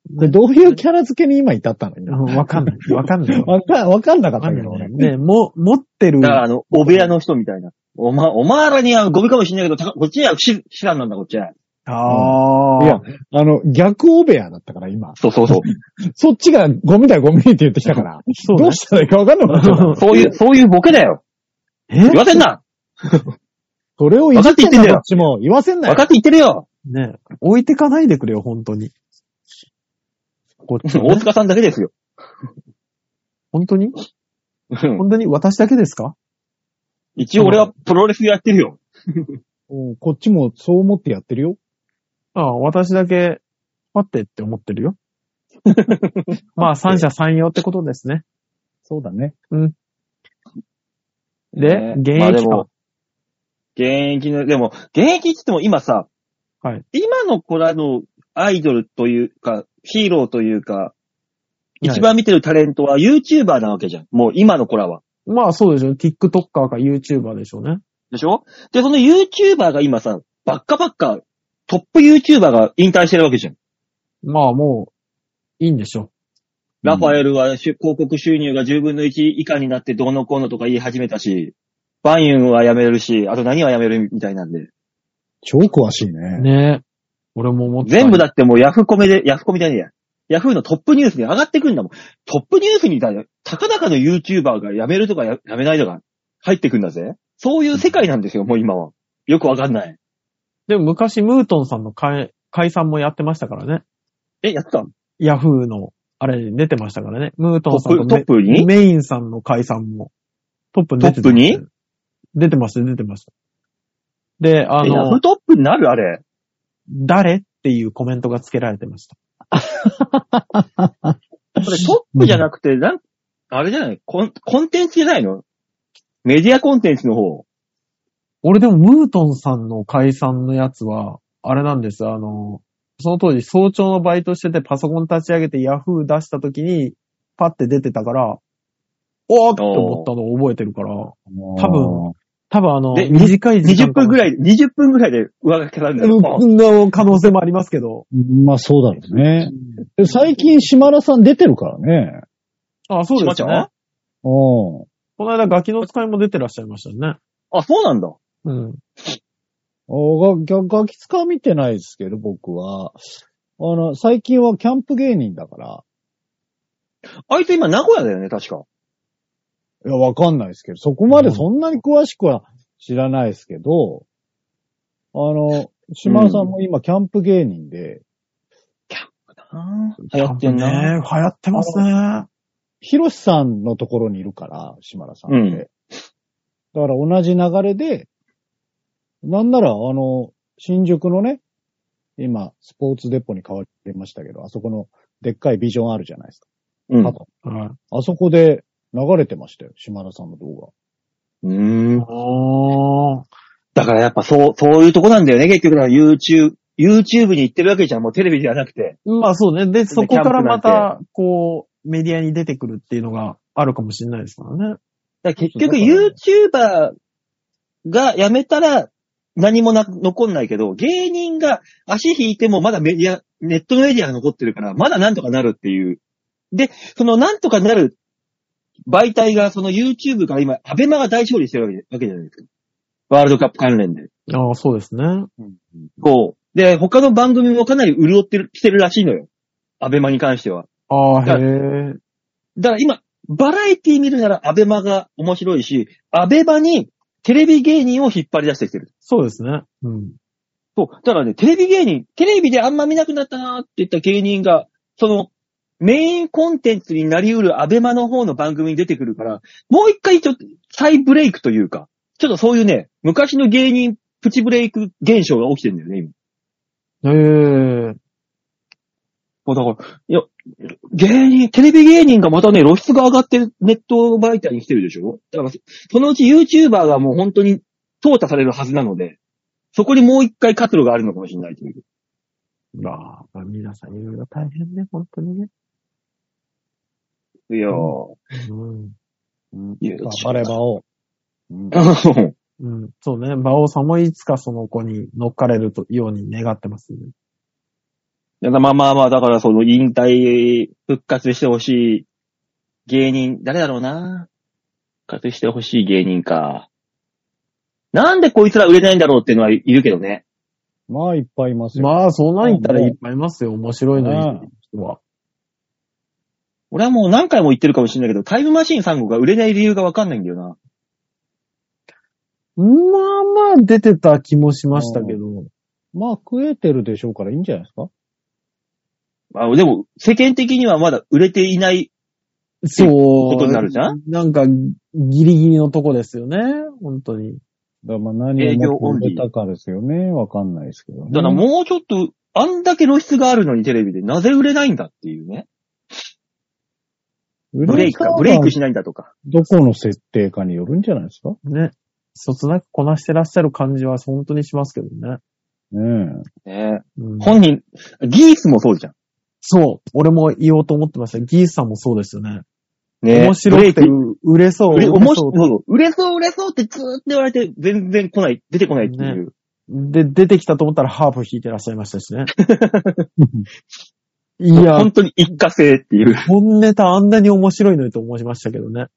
[SPEAKER 4] で、どういうキャラ付けに今至ったの
[SPEAKER 3] うんわかんない。 [LAUGHS] わかんない。
[SPEAKER 4] [LAUGHS] わか、わかんなかっ
[SPEAKER 3] わかん
[SPEAKER 4] た
[SPEAKER 3] な
[SPEAKER 4] け
[SPEAKER 3] い
[SPEAKER 4] ど、俺。
[SPEAKER 3] ね。ね、も、持ってる
[SPEAKER 2] だ。から、あの、お部屋の人みたいな。おま、お前らにはゴミかもしんないけど、たこっちにはし、知らんなんだ、こっちは。
[SPEAKER 3] ああ。
[SPEAKER 4] いや、あの、逆オベアだったから、今。
[SPEAKER 2] そうそうそう。
[SPEAKER 4] [LAUGHS] そっちがゴミだ、ゴミって言ってきたから。
[SPEAKER 3] そうね
[SPEAKER 4] どうしたらいいかわかんなかったか
[SPEAKER 2] [LAUGHS]
[SPEAKER 4] ら。
[SPEAKER 2] そういう、そういうボケだよ。
[SPEAKER 3] [LAUGHS] え
[SPEAKER 2] 言わせんな
[SPEAKER 4] それを言
[SPEAKER 2] わか
[SPEAKER 4] ってん
[SPEAKER 2] って言ってんだ
[SPEAKER 4] だ
[SPEAKER 2] よ
[SPEAKER 4] よ、こっちも。言わせん
[SPEAKER 2] 分
[SPEAKER 4] なよ
[SPEAKER 2] か。って言ってるよ
[SPEAKER 3] ねえ置いてかないでくれよ、本当に。こっちもね、
[SPEAKER 2] 大塚さんだけですよ。
[SPEAKER 3] 本当に
[SPEAKER 2] うん
[SPEAKER 3] 本当に私だけですか
[SPEAKER 2] 一応俺はプロレスやってるよ。
[SPEAKER 4] うんこっちもそう思ってやってるよ。
[SPEAKER 3] ああ、私だけ、待ってって思ってる
[SPEAKER 4] [LAUGHS]
[SPEAKER 3] よ。まあ、三者三様ってことですね。
[SPEAKER 4] そうだね。
[SPEAKER 2] まあ
[SPEAKER 3] で、現
[SPEAKER 2] で
[SPEAKER 3] 役か
[SPEAKER 2] も。現役の、でも、現役って言っても今さ、
[SPEAKER 3] はい
[SPEAKER 2] 今の子らのアイドルというか、ヒーローというか、
[SPEAKER 3] い
[SPEAKER 2] 一番見てるタレントは YouTuber なわけじゃん。もう今の子らは。
[SPEAKER 3] まあ、そうでしょ。TikToker か YouTuber でしょうね。
[SPEAKER 2] でしょで、その YouTuber が今さ、ばっかばっか、トップ YouTuber が引退してるわけじゃん。
[SPEAKER 3] まあ、もう、いいんでしょ。
[SPEAKER 2] ラファエルはしゅ広告収入が10分の1以下になってどうのこうのとか言い始めたし、バンユンは辞めるし、あと何は辞めるみたいなんで。
[SPEAKER 4] 超詳しいうね。
[SPEAKER 3] ねえ。俺も思った。
[SPEAKER 2] 全部だってもうヤフコメで、ヤフコメじゃねえや。ヤフーのトップニュースに上がってくんだもん。トップニュースにだよ。たかだかの YouTuber が辞めるとかや辞めないとか入ってくんだぜ。そういう世界なんですよ、もう今は。よくわかんない。
[SPEAKER 3] でも昔、ムートンさんの解解散もやってましたからね。
[SPEAKER 2] え、やってた
[SPEAKER 3] ヤフーの、あれに出てましたからね。ムート
[SPEAKER 2] ト
[SPEAKER 3] ンさん
[SPEAKER 2] ッ
[SPEAKER 3] と
[SPEAKER 2] プ、ト
[SPEAKER 3] メ
[SPEAKER 2] ップに
[SPEAKER 3] メインさんの解散も、トップに出て
[SPEAKER 2] トップに
[SPEAKER 3] 出てました、出てました。で、あ
[SPEAKER 2] えヤフー
[SPEAKER 3] の、
[SPEAKER 2] トップになるあれ。
[SPEAKER 3] 誰っていうコメントがつけられてました。
[SPEAKER 2] それトップじゃなくて、なん、あれじゃないコンコンテンツじゃないのメディアコンテンツの方。
[SPEAKER 3] 俺でもムートンさんの解散のやつは、あれなんです。あの、その当時早朝のバイトしててパソコン立ち上げてヤフー出した時に、パッて出てたから、おーって思ったのを覚えてるから、多分多分あの、
[SPEAKER 2] で
[SPEAKER 3] 短い時間
[SPEAKER 2] 20分ぐらい、20分ぐらいで上書きされるんだよ。ポン
[SPEAKER 3] うんの可能性もありますけど。
[SPEAKER 4] うん。まあそうだろうね。で最近、島田さん出てるからね。
[SPEAKER 3] あ、そうです
[SPEAKER 2] しまちゃん
[SPEAKER 3] ね。
[SPEAKER 4] うん。
[SPEAKER 3] この間ガキの使いも出てらっしゃいましたね。
[SPEAKER 2] あ、そうなんだ。
[SPEAKER 3] うん。
[SPEAKER 4] おが、が、ガキ使見てないですけど、僕は。あの、最近はキャンプ芸人だから。
[SPEAKER 2] あいつ今名古屋だよね、確か。
[SPEAKER 4] いや、わかんないですけど、そこまでそんなに詳しくは知らないですけど、あの、島田さんも今キャンプ芸人で、
[SPEAKER 2] 流行ってん
[SPEAKER 5] ね。
[SPEAKER 2] な。
[SPEAKER 5] 流行ってますね。
[SPEAKER 4] ヒロシさんのところにいるから、島田さんって。
[SPEAKER 2] うん
[SPEAKER 4] だから同じ流れで、なんなら、あの、新宿のね、今、スポーツデポに変わりましたけど、あそこのでっかいビジョンあるじゃないですか。
[SPEAKER 2] うん。
[SPEAKER 4] あ
[SPEAKER 2] う
[SPEAKER 4] と
[SPEAKER 3] はい。
[SPEAKER 4] あそこで流れてましたよ、島田さんの動
[SPEAKER 2] ーん。
[SPEAKER 3] おー。
[SPEAKER 2] だからやっぱそう、そういうとこなんだよね、結局だから YouTube、YouTube に行ってるわけじゃん、もうテレビじゃなくて。
[SPEAKER 3] まあそうね。で、そこからま
[SPEAKER 2] キャンプな
[SPEAKER 3] た、こう、メディアに出てくるっていうのがあるかもしれないですからね。
[SPEAKER 2] だから結局
[SPEAKER 4] そ
[SPEAKER 2] YouTuber
[SPEAKER 4] う
[SPEAKER 2] が辞めたら何もな、残んないけど、芸人が足引いてもまだメディア、ネットのメディアが残ってるから、まだなんとかなるっていう。で、そのなんとかなる媒体が、その YouTube から今、アベマが大勝利してるわけわけじゃないですか。ワールドカップ関連で。
[SPEAKER 3] ああ、そうですね。
[SPEAKER 2] こう。で、他の番組もかなり潤ってる、来てるらしいのよ。アベマに関しては。
[SPEAKER 3] ああ、
[SPEAKER 2] だか
[SPEAKER 3] へえ。
[SPEAKER 2] だから今、バラエティ見るならアベマが面白いし、アベマにテレビ芸人を引っ張り出してきてる。
[SPEAKER 3] そうですね。うん。
[SPEAKER 2] そう。だからね、テレビ芸人、テレビであんま見なくなったなーって言った芸人が、その、メインコンテンツになり得るアベマの方の番組に出てくるから、もう一回ちょっと再ブレイクというか、ちょっとそういうね、昔の芸人プチブレイク現象が起きてるんだよね、今。
[SPEAKER 3] へえ。
[SPEAKER 2] もうだから、いや、芸人、テレビ芸人がまたね、露出が上がってるネット媒体に来てるでしょだから、そのうち YouTuber がもう本当に淘汰されるはずなので、そこにもう一回活路があるのかもしれないという。
[SPEAKER 3] まあ、まあ皆さんいろいろ大変ね、本当にね。
[SPEAKER 2] いやー。
[SPEAKER 3] うん。
[SPEAKER 2] いや
[SPEAKER 4] 画が。頑張ればを。うん
[SPEAKER 2] [LAUGHS]
[SPEAKER 3] うん。そうね。馬王さんもいつかその子に乗っかれるとように願ってますね。
[SPEAKER 2] だからまあまあまあ、だからその引退復活してほしい芸人、誰だろうな。復活してほしい芸人か。なんでこいつら売れないんだろうっていうのはいるけどね。
[SPEAKER 4] まあ、いっぱいいますよ。
[SPEAKER 3] まあ、そんなん言ったらいっぱいいますよ。面白いのいる人は。
[SPEAKER 2] 俺はもう何回も言ってるかもしれないけど、タイムマシーン3号が売れない理由がわかんないんだよな。
[SPEAKER 3] まあまあ出てた気もしましたけど。
[SPEAKER 4] まあ、食えてるでしょうからいいんじゃないですか
[SPEAKER 2] あでも、世間的にはまだ売れていない。
[SPEAKER 3] そう。
[SPEAKER 2] ことになるじゃん
[SPEAKER 3] なんか、ギリギリのとこですよね。本当に。
[SPEAKER 4] だからまあ、何
[SPEAKER 2] 営業
[SPEAKER 4] を
[SPEAKER 2] オ
[SPEAKER 4] 持
[SPEAKER 2] ン
[SPEAKER 4] って
[SPEAKER 2] リー
[SPEAKER 4] 出たかですよね。わかんないですけどね。
[SPEAKER 2] だからもうちょっと、あんだけ露出があるのにテレビで、なぜ売れないんだっていうね。
[SPEAKER 4] ブ
[SPEAKER 2] ブレイクか、ブレイクしないんだとか。
[SPEAKER 4] どこの設定かによるんじゃないですか
[SPEAKER 3] ね。そつなくこなしてらっしゃる感じは本当にしますけどね。
[SPEAKER 4] ね
[SPEAKER 2] ね
[SPEAKER 3] うん
[SPEAKER 2] 本人、ギースもそうじゃん。
[SPEAKER 3] そう。俺も言おうと思ってました。ギースさんもそうですよね。
[SPEAKER 2] ね
[SPEAKER 3] 面白く
[SPEAKER 2] ブ
[SPEAKER 3] て
[SPEAKER 2] レイク
[SPEAKER 3] 売れそう。
[SPEAKER 2] 売れ、
[SPEAKER 3] 売
[SPEAKER 2] 面
[SPEAKER 3] れ
[SPEAKER 2] 白
[SPEAKER 3] そ
[SPEAKER 2] いそうそう売れそう、売れそうってずーっと言われて、全然来ない、出てこないっていう。
[SPEAKER 3] う。で、出てきたと思ったらハープ弾いてらっしゃいましたしね。
[SPEAKER 2] [LAUGHS]
[SPEAKER 3] い
[SPEAKER 2] い
[SPEAKER 3] や
[SPEAKER 2] や、、本当に一過性っていう。だか
[SPEAKER 3] 本ネタあんなに面白いのにと思いましたけどね。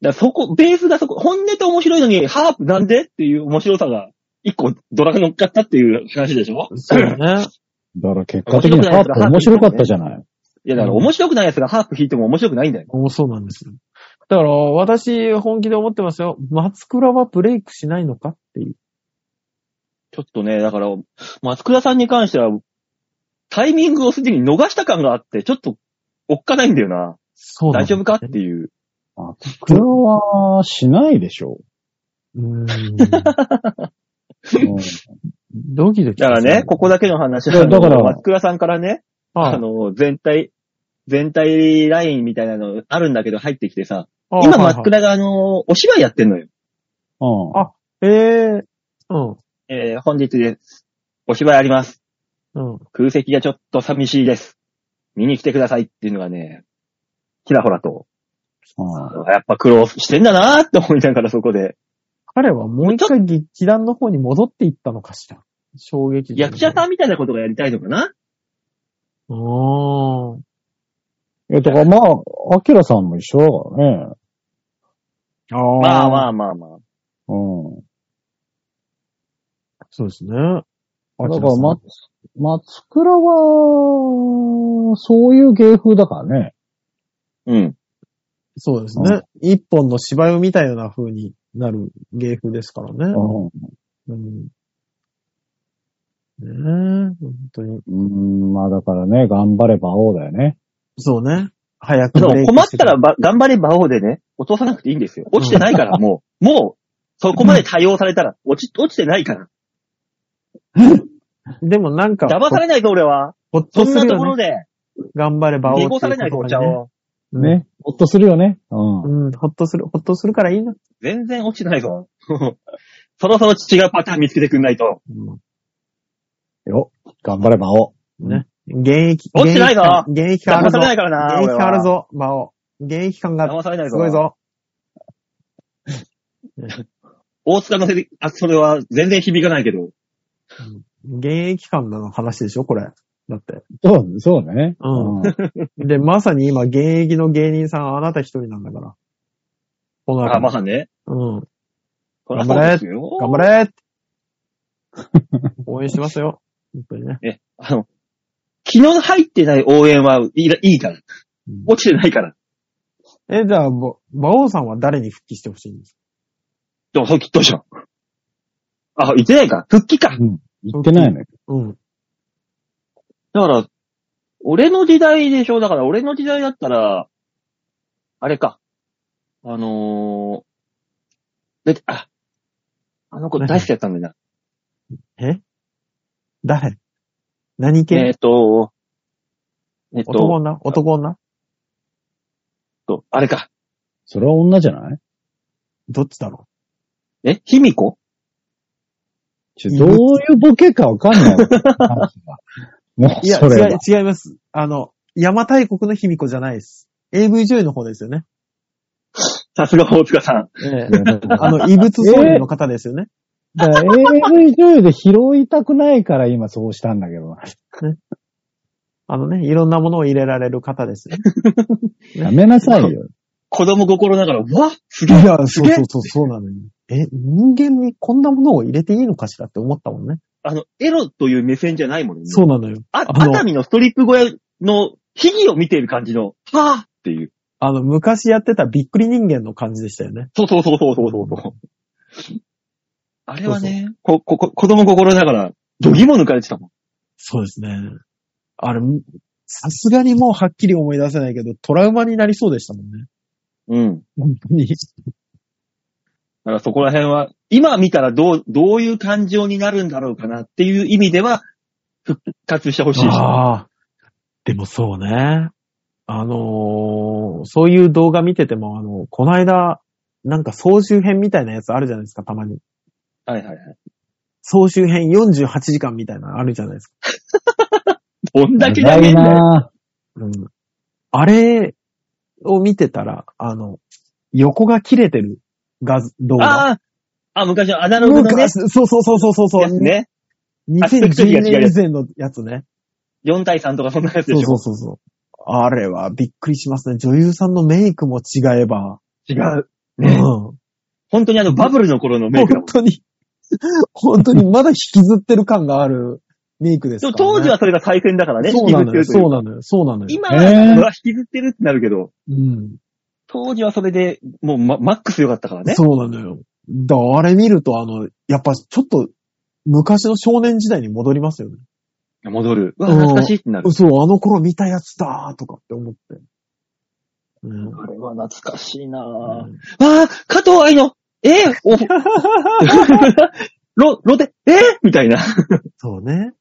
[SPEAKER 2] らそこ、ベースがそこ、本音と面白いのに、ハープなんでっていう面白さが、一個ドラが乗っかったっていう話でしょ
[SPEAKER 3] そ
[SPEAKER 2] [LAUGHS]
[SPEAKER 3] うね。
[SPEAKER 4] え。だから結果的にハープ面白かったじゃない。
[SPEAKER 2] いや、だから面白くない奴がハープ弾いても面白くないんだよ。
[SPEAKER 3] おそうなんですよ。だから、私、本気で思ってますよ。松倉はブレイクしないのかっていう。
[SPEAKER 2] ちょっとね、だから、松倉さんに関しては、タイミングをすでに逃した感があって、ちょっと、おっかないんだよな。
[SPEAKER 3] そうなん
[SPEAKER 2] 大
[SPEAKER 3] で
[SPEAKER 2] 丈
[SPEAKER 3] すよ
[SPEAKER 2] 夫かっていう。
[SPEAKER 4] これはしないでしょ
[SPEAKER 2] [LAUGHS]
[SPEAKER 3] うーん。
[SPEAKER 4] う。うん
[SPEAKER 3] ドキドキ。
[SPEAKER 2] だからね、ここだけの話は、
[SPEAKER 4] いやだから
[SPEAKER 2] 松倉さんからね、
[SPEAKER 3] は
[SPEAKER 2] あ
[SPEAKER 3] い
[SPEAKER 2] の、全体、全体ラインみたいなのあるんだけど入ってきてさ、
[SPEAKER 3] あー
[SPEAKER 2] 今
[SPEAKER 3] はいはい
[SPEAKER 2] 松倉があの、お芝居やってんのよ。
[SPEAKER 4] うん。
[SPEAKER 3] あええうん。
[SPEAKER 2] えー本日です。お芝居あります。
[SPEAKER 3] うん。
[SPEAKER 2] 空席がちょっと寂しいです。見に来てくださいっていうのがね、ちらほらと、
[SPEAKER 4] うん
[SPEAKER 2] やっぱ苦労してんだなーって思いながらそこで。
[SPEAKER 3] 彼はもう一回劇団の方に戻っていったのかしら。衝撃。
[SPEAKER 2] 役者さ
[SPEAKER 3] ん
[SPEAKER 2] んみたいなことがやりたいのかな
[SPEAKER 3] うーん。
[SPEAKER 4] え、とか、まあ、アキラさんも一緒だからね。
[SPEAKER 3] あー
[SPEAKER 2] まあまあまあまあ。
[SPEAKER 4] うん。
[SPEAKER 3] そうですね。だか
[SPEAKER 4] だから、ま、松倉は、そういう芸風だからね。
[SPEAKER 2] うん。
[SPEAKER 3] そうですね。一本の芝居を見たような風になる芸風ですからね。
[SPEAKER 4] うん。
[SPEAKER 3] うん。ねえ、本当に。
[SPEAKER 4] うん、まあだからね、頑張れば王だよね。
[SPEAKER 3] そうね。早く
[SPEAKER 2] で
[SPEAKER 3] ブレ
[SPEAKER 2] も
[SPEAKER 3] イク
[SPEAKER 2] 困っ
[SPEAKER 3] して
[SPEAKER 2] たらば頑張れ馬王でね、落とさなくていいんですよ。落ちてないからもう、もう、そこまで対応されたら、落ち、落ちてないから。
[SPEAKER 3] でもなんか、
[SPEAKER 2] 騙されないぞ俺は。
[SPEAKER 3] ほっ
[SPEAKER 2] そ
[SPEAKER 3] と
[SPEAKER 2] ん
[SPEAKER 3] す
[SPEAKER 2] な
[SPEAKER 3] る
[SPEAKER 2] とこ
[SPEAKER 3] よ
[SPEAKER 2] ろ
[SPEAKER 3] ね。
[SPEAKER 2] で、
[SPEAKER 3] 頑張れば
[SPEAKER 2] 抵抗されないぞお茶。を。
[SPEAKER 4] ね。ほっとするよね。うん。
[SPEAKER 3] うん、ほっとする、ほっとするからいいな。
[SPEAKER 2] 全然落ちてないぞ。 [LAUGHS] そろそろ違うパターン見つけてくんないと。
[SPEAKER 3] うん
[SPEAKER 4] よ。頑張れば王。
[SPEAKER 3] ね。現役、
[SPEAKER 2] 落ちてないぞ
[SPEAKER 3] 現役感
[SPEAKER 2] 騙
[SPEAKER 3] 現
[SPEAKER 2] さ
[SPEAKER 3] 役感
[SPEAKER 2] れ
[SPEAKER 3] あ
[SPEAKER 2] な
[SPEAKER 3] る
[SPEAKER 2] いから
[SPEAKER 3] ぞ。
[SPEAKER 2] な。俺は
[SPEAKER 3] 現役感あるぞ、魔王。現役感が
[SPEAKER 2] 騙されない
[SPEAKER 3] す
[SPEAKER 2] ぞ。
[SPEAKER 3] ごいぞ。
[SPEAKER 2] 大塚のせり、あ、それは全然響かないけど。
[SPEAKER 3] 現役感の話でしょ、これ。だって。
[SPEAKER 4] そう、そうね。
[SPEAKER 3] うん
[SPEAKER 4] うん。
[SPEAKER 3] で、まさに今、現役の芸人さんはあなた一人なんだから。この
[SPEAKER 2] あ、
[SPEAKER 3] 後。
[SPEAKER 2] まあね。
[SPEAKER 3] うん。
[SPEAKER 2] そりゃそうですよ。
[SPEAKER 3] 頑張れ応援してますよ。本当にね。
[SPEAKER 2] え、あの、昨日入ってない応援はいいらいいから
[SPEAKER 3] うん。
[SPEAKER 2] 落ちてないから。
[SPEAKER 3] え、じゃあ、ぼ馬王さんは誰に復帰してほしいんです
[SPEAKER 2] でも、そうきっとしょ。あ、言ってないか。復帰か。
[SPEAKER 4] 言ってないのよ。
[SPEAKER 3] かうん。
[SPEAKER 2] だから、俺の時代でしょだから、俺の時代だったら、あれか。あのー、だってあ、あの子大好きだったんだよな。
[SPEAKER 3] 誰何系、
[SPEAKER 2] えっ、と、えっ、
[SPEAKER 3] 男
[SPEAKER 2] と、
[SPEAKER 3] 女男女
[SPEAKER 2] と、あれか。
[SPEAKER 4] それは女じゃない
[SPEAKER 3] どっちだろ
[SPEAKER 2] えひみこ
[SPEAKER 4] ちょどういうボケかわかんない。話が [LAUGHS]
[SPEAKER 3] う
[SPEAKER 4] もう、
[SPEAKER 3] いや、
[SPEAKER 4] それ
[SPEAKER 3] 違い
[SPEAKER 4] は。、
[SPEAKER 3] 違います。あの、山大国の卑弥呼じゃないです。AV 女優の方ですよね。
[SPEAKER 2] さすが大塚さん。
[SPEAKER 3] ええ
[SPEAKER 4] いやだか
[SPEAKER 3] [LAUGHS]
[SPEAKER 4] ら
[SPEAKER 3] あの、異物総理の方ですよね。
[SPEAKER 4] だから AV 女優で拾いたくないから今そうしたんだけど。
[SPEAKER 3] あのね、いろんなものを入れられる方ですよ。
[SPEAKER 4] やめなさい [LAUGHS] よ。
[SPEAKER 2] 子供心ながら、うわす
[SPEAKER 3] い
[SPEAKER 2] げえ
[SPEAKER 3] や、
[SPEAKER 2] す
[SPEAKER 3] そう
[SPEAKER 2] げえ
[SPEAKER 3] そうそう、そうなのよ。え、人間にこんなものを入れていいのかしらって思ったもんね。
[SPEAKER 2] あの、エロという目線じゃないもんね。
[SPEAKER 3] そうなのよ。
[SPEAKER 2] あ、
[SPEAKER 3] あの
[SPEAKER 2] 熱海のストリップ小屋の秘技を見ている感じの、はぁっていう。
[SPEAKER 3] あの、昔やってたびっくり人間の感じでしたよね。
[SPEAKER 2] そうそうそうそうそうそうそうあれはね、こ、こ、こ子供心ながら、どぎも抜かれてたもん。
[SPEAKER 3] そうですね。あれ、さすがにもうはっきり思い出せないけど、トラウマになりそうでしたもんね。
[SPEAKER 2] うん。
[SPEAKER 3] 本当に。
[SPEAKER 2] だからそこら辺は、今見たらどう、どういう感情になるんだろうかなっていう意味では、復活してほしいし。
[SPEAKER 3] ああ。でもそうね。あのーそういう動画見てても、あの、この間、なんか総集編みたいなやつあるじゃないですか、たまに。
[SPEAKER 2] はいはいはい。
[SPEAKER 3] 総集編48時間みたいなのあるじゃないですか。
[SPEAKER 2] どんだけ長いんだよ。
[SPEAKER 4] な
[SPEAKER 3] うん。あれを見てたら、あの、横が切れてる画像動画。あ、
[SPEAKER 2] ああ、あ、昔のアナログのね、
[SPEAKER 3] そうそうそうそうそうそう
[SPEAKER 2] や。つね。
[SPEAKER 3] 2012年以前のやつね。
[SPEAKER 2] 4対3とかそんなやつで
[SPEAKER 3] そう
[SPEAKER 2] し
[SPEAKER 3] そ
[SPEAKER 2] ょ
[SPEAKER 3] う。そうそう。あれはびっくりしますね。女優さんのメイクも違えば。
[SPEAKER 2] 違う。
[SPEAKER 3] う
[SPEAKER 2] ね
[SPEAKER 3] ん。
[SPEAKER 2] 本当にあのバブルの頃のメイクだも
[SPEAKER 3] 本
[SPEAKER 2] ん。
[SPEAKER 3] 当に、本当にまだ引きずってる感があるメイクです
[SPEAKER 2] でも
[SPEAKER 3] から、ね。
[SPEAKER 2] 当時はそれが最先だからね、
[SPEAKER 3] そう
[SPEAKER 2] 引き
[SPEAKER 3] な
[SPEAKER 2] ずっ
[SPEAKER 3] の
[SPEAKER 2] て
[SPEAKER 3] よ。
[SPEAKER 2] ると
[SPEAKER 3] そ
[SPEAKER 2] いうう。
[SPEAKER 3] なのよ。そうなのよ。
[SPEAKER 2] 今
[SPEAKER 4] へ
[SPEAKER 2] は、
[SPEAKER 4] ー
[SPEAKER 2] それは引きずってるってなるけど、
[SPEAKER 3] うん。
[SPEAKER 2] 当時はそれで、もうママックス良かったからね。
[SPEAKER 3] そうなのよ。だからあれ見ると、あの、やっぱちょっと、昔の少年時代に戻りますよね。
[SPEAKER 2] 戻る。うわ、
[SPEAKER 3] うん
[SPEAKER 2] 懐かしいってなる。
[SPEAKER 3] そう、あの頃見たやつだーとかって思って。うん。
[SPEAKER 2] あれは懐かしいなぁ。わあ、加藤愛の、えー、お [LAUGHS] ロ、ロテ、えー、みたいな。
[SPEAKER 3] [LAUGHS] そうね。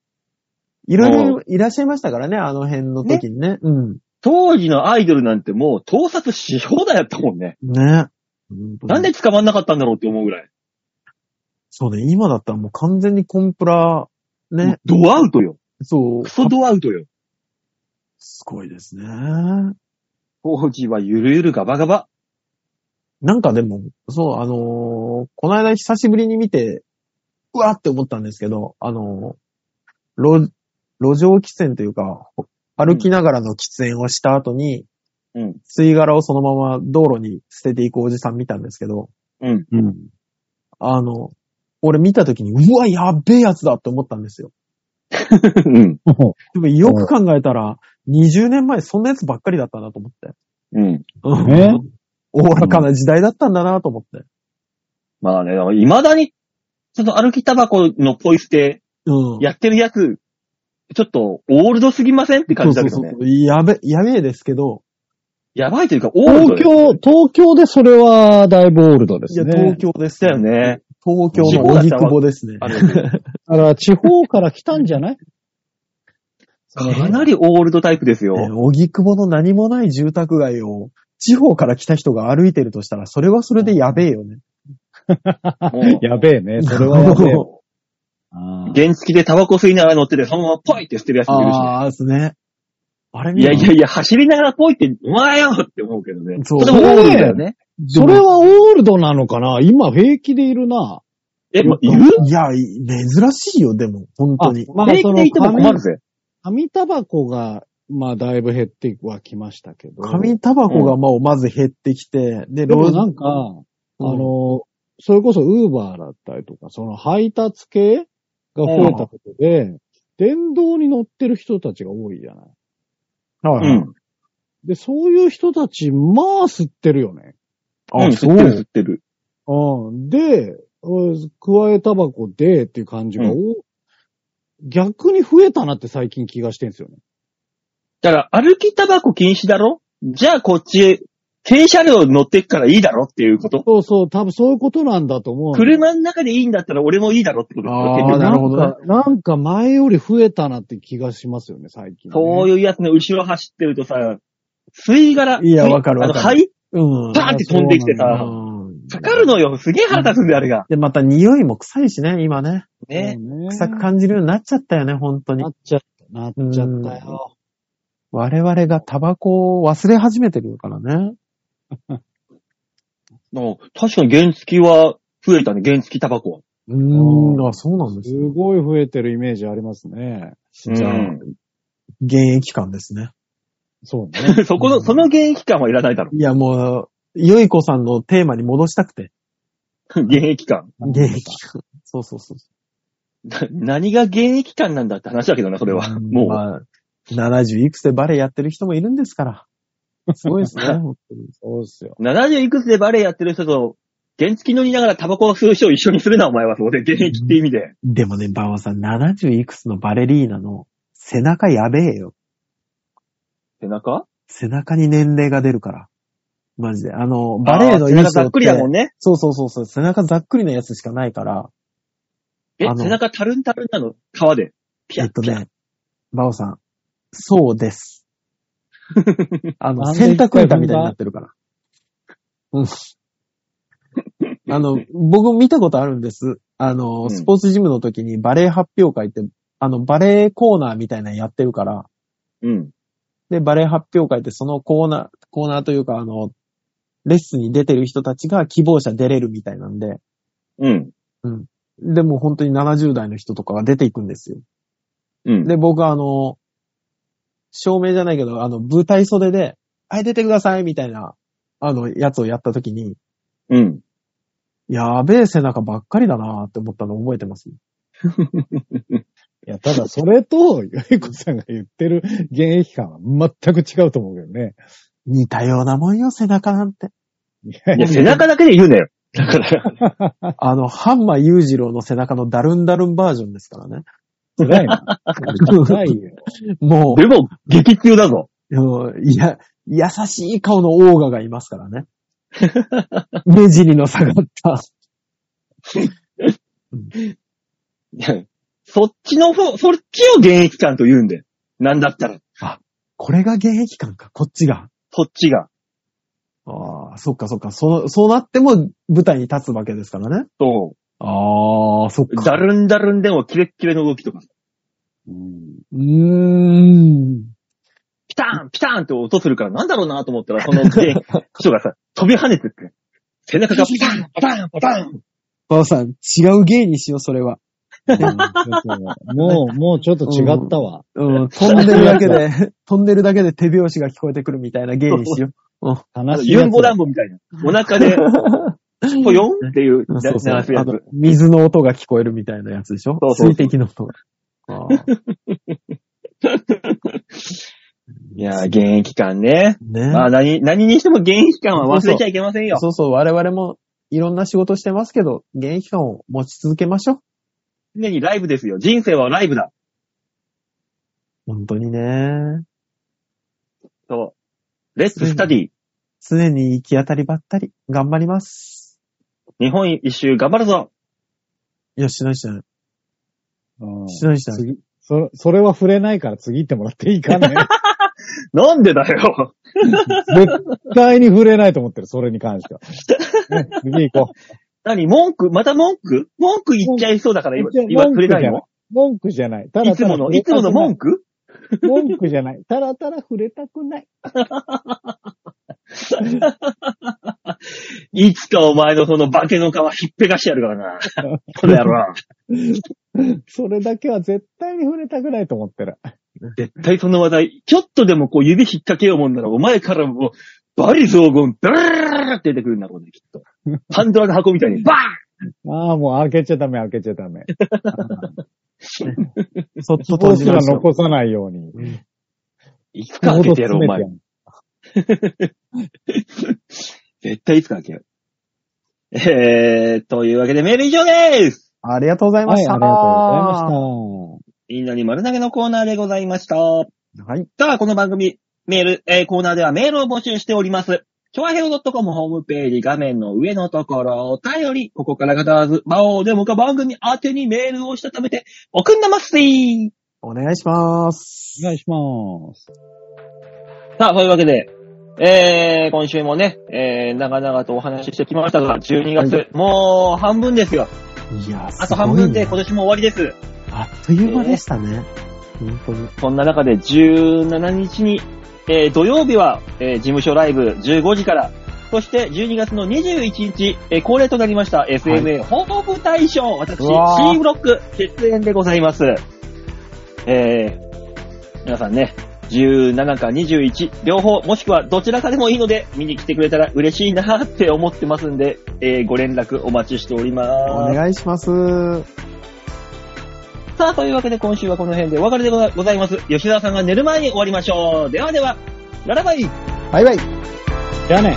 [SPEAKER 3] いろい
[SPEAKER 2] も
[SPEAKER 3] ろいらっしゃいましたからね、あの辺の時にね。うん。
[SPEAKER 2] 当時のアイドルなんてもう盗撮し放題だったもんね。
[SPEAKER 3] ね。
[SPEAKER 2] なんで捕まんなかったんだろうって思うぐらい。
[SPEAKER 3] そうね、今だったらもう完全にコンプラ、ね、
[SPEAKER 2] ドアウトよ。
[SPEAKER 3] そう
[SPEAKER 2] ク、ソドアウトよ。
[SPEAKER 3] すごいですね。
[SPEAKER 2] 当時はゆるゆるガバガバ。
[SPEAKER 3] なんかでも、そう、あのーこの間久しぶりに見て、うわーって思ったんですけど、あのー路、路上喫煙というか、ほ歩きながらの喫煙をした後に、
[SPEAKER 2] うん
[SPEAKER 3] 吸い殻をそのまま道路に捨てていくおじさん見たんですけど、
[SPEAKER 2] うん。
[SPEAKER 4] うん。
[SPEAKER 3] あの、俺見た時に、うわ、やっべえやつだって思ったんですよ。
[SPEAKER 2] うん。
[SPEAKER 3] でもよく考えたら、20年前そんなやつばっかりだったなと思って。
[SPEAKER 2] うん。
[SPEAKER 4] ね
[SPEAKER 3] おおらかな時代だったんだなと思って。
[SPEAKER 2] まあね、未だに、その歩きタバコのポイ捨て
[SPEAKER 3] うん。
[SPEAKER 2] やってるやつ、ちょっとオールドすぎませんって感じだけどね。
[SPEAKER 3] そうそうそうやべ、やべえですけど、
[SPEAKER 2] やばいというか、オールド
[SPEAKER 4] 東
[SPEAKER 2] よ
[SPEAKER 4] 京、東京でそれはだいぶオールドで
[SPEAKER 3] い
[SPEAKER 4] す
[SPEAKER 3] や、
[SPEAKER 4] ね。
[SPEAKER 3] 東京です
[SPEAKER 2] だよ。ね。
[SPEAKER 3] 東京の荻窪ですね。
[SPEAKER 2] あの
[SPEAKER 4] だから地方から来たんじゃ [LAUGHS] ない
[SPEAKER 2] かなりオールドタイプですよ。
[SPEAKER 3] ね荻窪の何もない住宅街を、地方から来た人が歩いてるとしたら、それはそれでやべえよね。
[SPEAKER 2] もう
[SPEAKER 4] [LAUGHS] やべえね。そ
[SPEAKER 3] [LAUGHS]
[SPEAKER 4] れはやべ [LAUGHS] え。あー
[SPEAKER 2] 原付でタバコ吸いながら乗ってて、そのままポイって捨てるやつもいるしね、
[SPEAKER 3] ああ、ですね。あれ
[SPEAKER 2] いやいやいや、走りながらポイって、お前よって思うけどね。
[SPEAKER 3] そう
[SPEAKER 2] れもオールドだよね。
[SPEAKER 4] それはオールドなのかな今平気でいるな。
[SPEAKER 2] え、ま、い
[SPEAKER 3] い
[SPEAKER 2] る
[SPEAKER 3] や、い珍しいよ、でも、本当に。
[SPEAKER 4] まあ
[SPEAKER 2] 平
[SPEAKER 4] そ
[SPEAKER 2] 気
[SPEAKER 4] の
[SPEAKER 2] でいても困る
[SPEAKER 4] 紙、
[SPEAKER 2] ぜ。
[SPEAKER 4] 紙タバコが、まあだいぶ減ってはきましたけど。
[SPEAKER 3] 紙タバコがまあまず減ってきて、で、
[SPEAKER 4] でも
[SPEAKER 3] 路
[SPEAKER 4] なんか、あの、それこそウーバーだったりとか、その配達系が増えたことで、電動に乗ってる人たちが多いじゃない。
[SPEAKER 2] う
[SPEAKER 3] はいはい
[SPEAKER 2] ん。
[SPEAKER 4] で、そういう人たち、まあ吸ってるよね。
[SPEAKER 2] うん、
[SPEAKER 3] あ、そ
[SPEAKER 2] 吸ってる吸
[SPEAKER 3] う。
[SPEAKER 2] ってる。
[SPEAKER 4] うん。で、うん加えタバコでっていう感じが、
[SPEAKER 2] う
[SPEAKER 4] お逆に増えたなって最近気がしてんすよね。
[SPEAKER 2] だから、歩きタバコ禁止だろじゃあこっち、軽車両乗ってくからいいだろっていうこと。
[SPEAKER 4] そうそう、多分そういうことなんだと思う。
[SPEAKER 2] 車の中でいいんだったら俺もいいだろってことだ
[SPEAKER 3] あー
[SPEAKER 2] 結局
[SPEAKER 3] なるほどね
[SPEAKER 4] なんかなんか前より増えたなって気がしますよね、最近ね、
[SPEAKER 2] そういうやつの後ろ走ってるとさ、吸い殻。
[SPEAKER 3] いやわかる
[SPEAKER 2] あの、
[SPEAKER 3] わか
[SPEAKER 2] 灰
[SPEAKER 3] うん。
[SPEAKER 2] バーンって飛んできてさ、
[SPEAKER 3] うん
[SPEAKER 2] かかるのよ。すげえ腹立つんだよ、あれが。
[SPEAKER 3] で、また匂いも臭いしね、今ね。
[SPEAKER 2] ね。
[SPEAKER 4] そうね
[SPEAKER 3] 臭く感じるようになっちゃったよね、本当に
[SPEAKER 4] な。っちゃった、なっちゃったよ。
[SPEAKER 3] 我々がタバコを忘れ始めてるからね。
[SPEAKER 2] の確かに原付は増えたね、原付タバコは。
[SPEAKER 3] うーん、あ、そうなんです
[SPEAKER 4] す
[SPEAKER 3] ね。
[SPEAKER 4] ごい増えてるイメージありますね。
[SPEAKER 3] じゃあ
[SPEAKER 2] うん [LAUGHS]
[SPEAKER 3] 現役感ですね。
[SPEAKER 4] そう [LAUGHS] ね。
[SPEAKER 2] そこの、その現役感はいらないだろ。 [LAUGHS]
[SPEAKER 3] いや、もう、よいこさんのテーマに戻したくて。
[SPEAKER 2] 現役感。
[SPEAKER 3] 現役感。そうそうそう。
[SPEAKER 2] な [LAUGHS] 何が現役感なんだって話だけどな、それは。
[SPEAKER 3] ん
[SPEAKER 2] もう。
[SPEAKER 3] まあ、70いくつでバレエやってる人もいるんですから。すごいですね、 [LAUGHS] 本当に。
[SPEAKER 4] そうですよ。
[SPEAKER 2] 70いくつでバレエやってる人と、原付乗りながらタバコを吸う人を一緒にするな、お前は。そこで現役って意味で。
[SPEAKER 3] でもね、バオさん、70いくつのバレリーナの背中やべえよ。
[SPEAKER 2] 背中
[SPEAKER 3] 背中に年齢が出るから。マジで。あの、バレエの
[SPEAKER 2] あー背
[SPEAKER 3] 衣
[SPEAKER 2] 中
[SPEAKER 3] 装
[SPEAKER 2] ざっくりだもんね。
[SPEAKER 3] そうそうそうそう、背中ざっくりのやつしかないから。
[SPEAKER 2] え、
[SPEAKER 3] あの
[SPEAKER 2] 背中タルンタルンなの皮で。ピ
[SPEAKER 3] え
[SPEAKER 2] ャ
[SPEAKER 3] っ
[SPEAKER 2] ッ
[SPEAKER 3] と
[SPEAKER 2] ピャッ。
[SPEAKER 3] ね、バオさん、そう
[SPEAKER 2] [LAUGHS]
[SPEAKER 3] です。あの、
[SPEAKER 4] なんで
[SPEAKER 3] 洗濯板みたいになってるから。うん。あの、僕見たことあるんです。あ
[SPEAKER 2] う
[SPEAKER 3] の、
[SPEAKER 2] ん
[SPEAKER 3] スポーツジムの時にバレエ発表会って、あの、バレエコーナーみたいなのやってるから、
[SPEAKER 2] うん。
[SPEAKER 3] で、バレエ発表会ってそのコーナー、コーナーというか、あの、レッスンに出てる人たちが希望者出れるみたいなんで、
[SPEAKER 2] うん。
[SPEAKER 3] でもう本当に70代の人とかが出ていくんですよ。
[SPEAKER 2] うん。
[SPEAKER 3] で、僕はあの、照明じゃないけど、あの、舞台袖で、はい、出てください、みたいな、あの、やつをやった時に、
[SPEAKER 2] うん。
[SPEAKER 3] やべえ背中ばっかりだなって思ったの覚えてます。
[SPEAKER 4] いや、ただそれと、よいこさんが言ってる現役感は全く違うと思うけどね。
[SPEAKER 3] 似たようなもんよ、背中なんて。 [LAUGHS]
[SPEAKER 2] いや、背中だけで言うなよ。 [LAUGHS] だから、
[SPEAKER 3] あの、ハンマー裕次郎の背中のダルンダルンバージョンですからね。
[SPEAKER 4] 辛いな。辛いよ。
[SPEAKER 3] [LAUGHS] も
[SPEAKER 2] でも、激痛だぞ。
[SPEAKER 3] う、もういや、優しい顔のオーガがいますからね。目尻の下がった。
[SPEAKER 2] いやそっちの方、そっちを現役感と言うんだよ。なんだったら。
[SPEAKER 3] これが現役感か、こっちが。
[SPEAKER 2] そっちが。
[SPEAKER 3] ああ、そっかそっか。そう、そうなっても舞台に立つわけですからね。
[SPEAKER 2] そ
[SPEAKER 3] ああ、そっ
[SPEAKER 2] う。だ。るんだるんでもキレッキレの動きとか。
[SPEAKER 4] うん。
[SPEAKER 3] うーん。
[SPEAKER 2] ピターン、ピターンって音するからなんだろうなと思ったら、そので人がさ、飛び跳ねてって。背中
[SPEAKER 3] [LAUGHS]
[SPEAKER 2] がピターン、パターン、パターン。
[SPEAKER 3] ばあさん、違う芸にしよう、それは。
[SPEAKER 4] もう、もうちょっと違ったわ。
[SPEAKER 3] うん、飛んでるだ
[SPEAKER 2] [LAUGHS]
[SPEAKER 3] けで、飛んでるだけで手拍子が聞こえてくるみたいな芸にしよう。
[SPEAKER 2] あの
[SPEAKER 4] 話
[SPEAKER 2] ユンボダンボみ
[SPEAKER 3] [LAUGHS]
[SPEAKER 2] たいな。お腹で、ポヨンっていう、
[SPEAKER 3] うん
[SPEAKER 2] な
[SPEAKER 3] そうそう
[SPEAKER 2] 鳴らすや
[SPEAKER 3] あ
[SPEAKER 2] つ。
[SPEAKER 3] と、水の音が聞こえるみたいなやつでしょ
[SPEAKER 2] そうそうそう
[SPEAKER 3] 水滴の音が。あー
[SPEAKER 2] いやー、現役感ね。
[SPEAKER 3] ね
[SPEAKER 2] まあ、何、何にしても現役感は忘れちゃいけませんよ。
[SPEAKER 3] そうそう、我々もいろんな仕事してますけど、現役感を持ち続けましょう。
[SPEAKER 2] 常にライブですよ。人生はライブだ。
[SPEAKER 3] 本当にね。
[SPEAKER 2] そう。レッツスタディ。
[SPEAKER 3] 常に行き当たりばったり、頑張ります。
[SPEAKER 2] 日本一周頑張るぞ。
[SPEAKER 3] いや、しないしない。
[SPEAKER 4] うん
[SPEAKER 3] しないしない。
[SPEAKER 4] 次、それ、それは触れないから次行ってもらっていいか
[SPEAKER 2] [LAUGHS]
[SPEAKER 4] ね。
[SPEAKER 2] なんでだよ。 [LAUGHS]
[SPEAKER 4] 絶対に触れないと思ってる、それに関しては。ね、次行こう。
[SPEAKER 2] 何文句また文句文句言っちゃいそうだ [LAUGHS] から今、今触れないの
[SPEAKER 4] 文句じゃない。た
[SPEAKER 2] い
[SPEAKER 4] だた
[SPEAKER 2] つ
[SPEAKER 4] だ
[SPEAKER 2] もの、いつもの文句
[SPEAKER 4] 句文句じゃない。ただただ触れたくない。
[SPEAKER 2] いつかお前のその化けの皮ひっぺがしてやるからな。この野郎。
[SPEAKER 4] それだけは絶対に触れたくないと思ってる。
[SPEAKER 2] 絶対その話題、ちょっとでもこう指引っ掛けようもんなら、お前からもう、バリ雑言、ダーって出てくるんだろうね、きっと。ハンドラの箱みたいに、バーン
[SPEAKER 4] ああ、もう開けちゃダメ、開けちゃダメ。
[SPEAKER 3] そっと閉
[SPEAKER 4] 帽
[SPEAKER 3] じ
[SPEAKER 4] 子
[SPEAKER 3] ま
[SPEAKER 4] が
[SPEAKER 3] しょう。
[SPEAKER 4] 残さないように。
[SPEAKER 2] いつか開けてやろう、お前。絶対いつか開けよう。えー、というわけでメール以上です
[SPEAKER 3] ありがとうございま
[SPEAKER 4] はい、あり
[SPEAKER 3] した。
[SPEAKER 4] がとうございました。
[SPEAKER 2] みんなに丸投げのコーナーでございました。
[SPEAKER 3] はい。
[SPEAKER 2] さあ、この番組、メール、えーコーナーではメールを募集しております。超平洋 .com ホームページ画面の上のところ、お便り、ここからがたわず、魔王でもか番組宛てにメールをしたためて、送んなまっせー
[SPEAKER 3] お願いします。
[SPEAKER 4] お願いします。
[SPEAKER 2] さあ、そういうわけで、えー、今週もね、えー、長々とお話ししてきましたが、12月、もう半分ですよ。
[SPEAKER 3] いや、すごいね
[SPEAKER 2] あと半分で今年も終わりです。
[SPEAKER 3] あっという間でしたね。本当に。
[SPEAKER 2] そんな中で17日に、えー土曜日は、えー事務所ライブ15時から、そして12月の21日、えー恒例となりました SMA 報告大賞、私、
[SPEAKER 3] うわー
[SPEAKER 2] C ブロック出演でございます。えー皆さんね、17か21、両方、もしくはどちらかでもいいので、見に来てくれたら嬉しいなーって思ってますんで、えーご連絡お待ちしております。
[SPEAKER 3] お願いします。
[SPEAKER 2] さあ、というわけで今週はこの辺でお別れでございます。吉沢さんが寝る前に終わりましょう。ではでは、ララバイ
[SPEAKER 3] バイバイ。
[SPEAKER 4] じゃあね。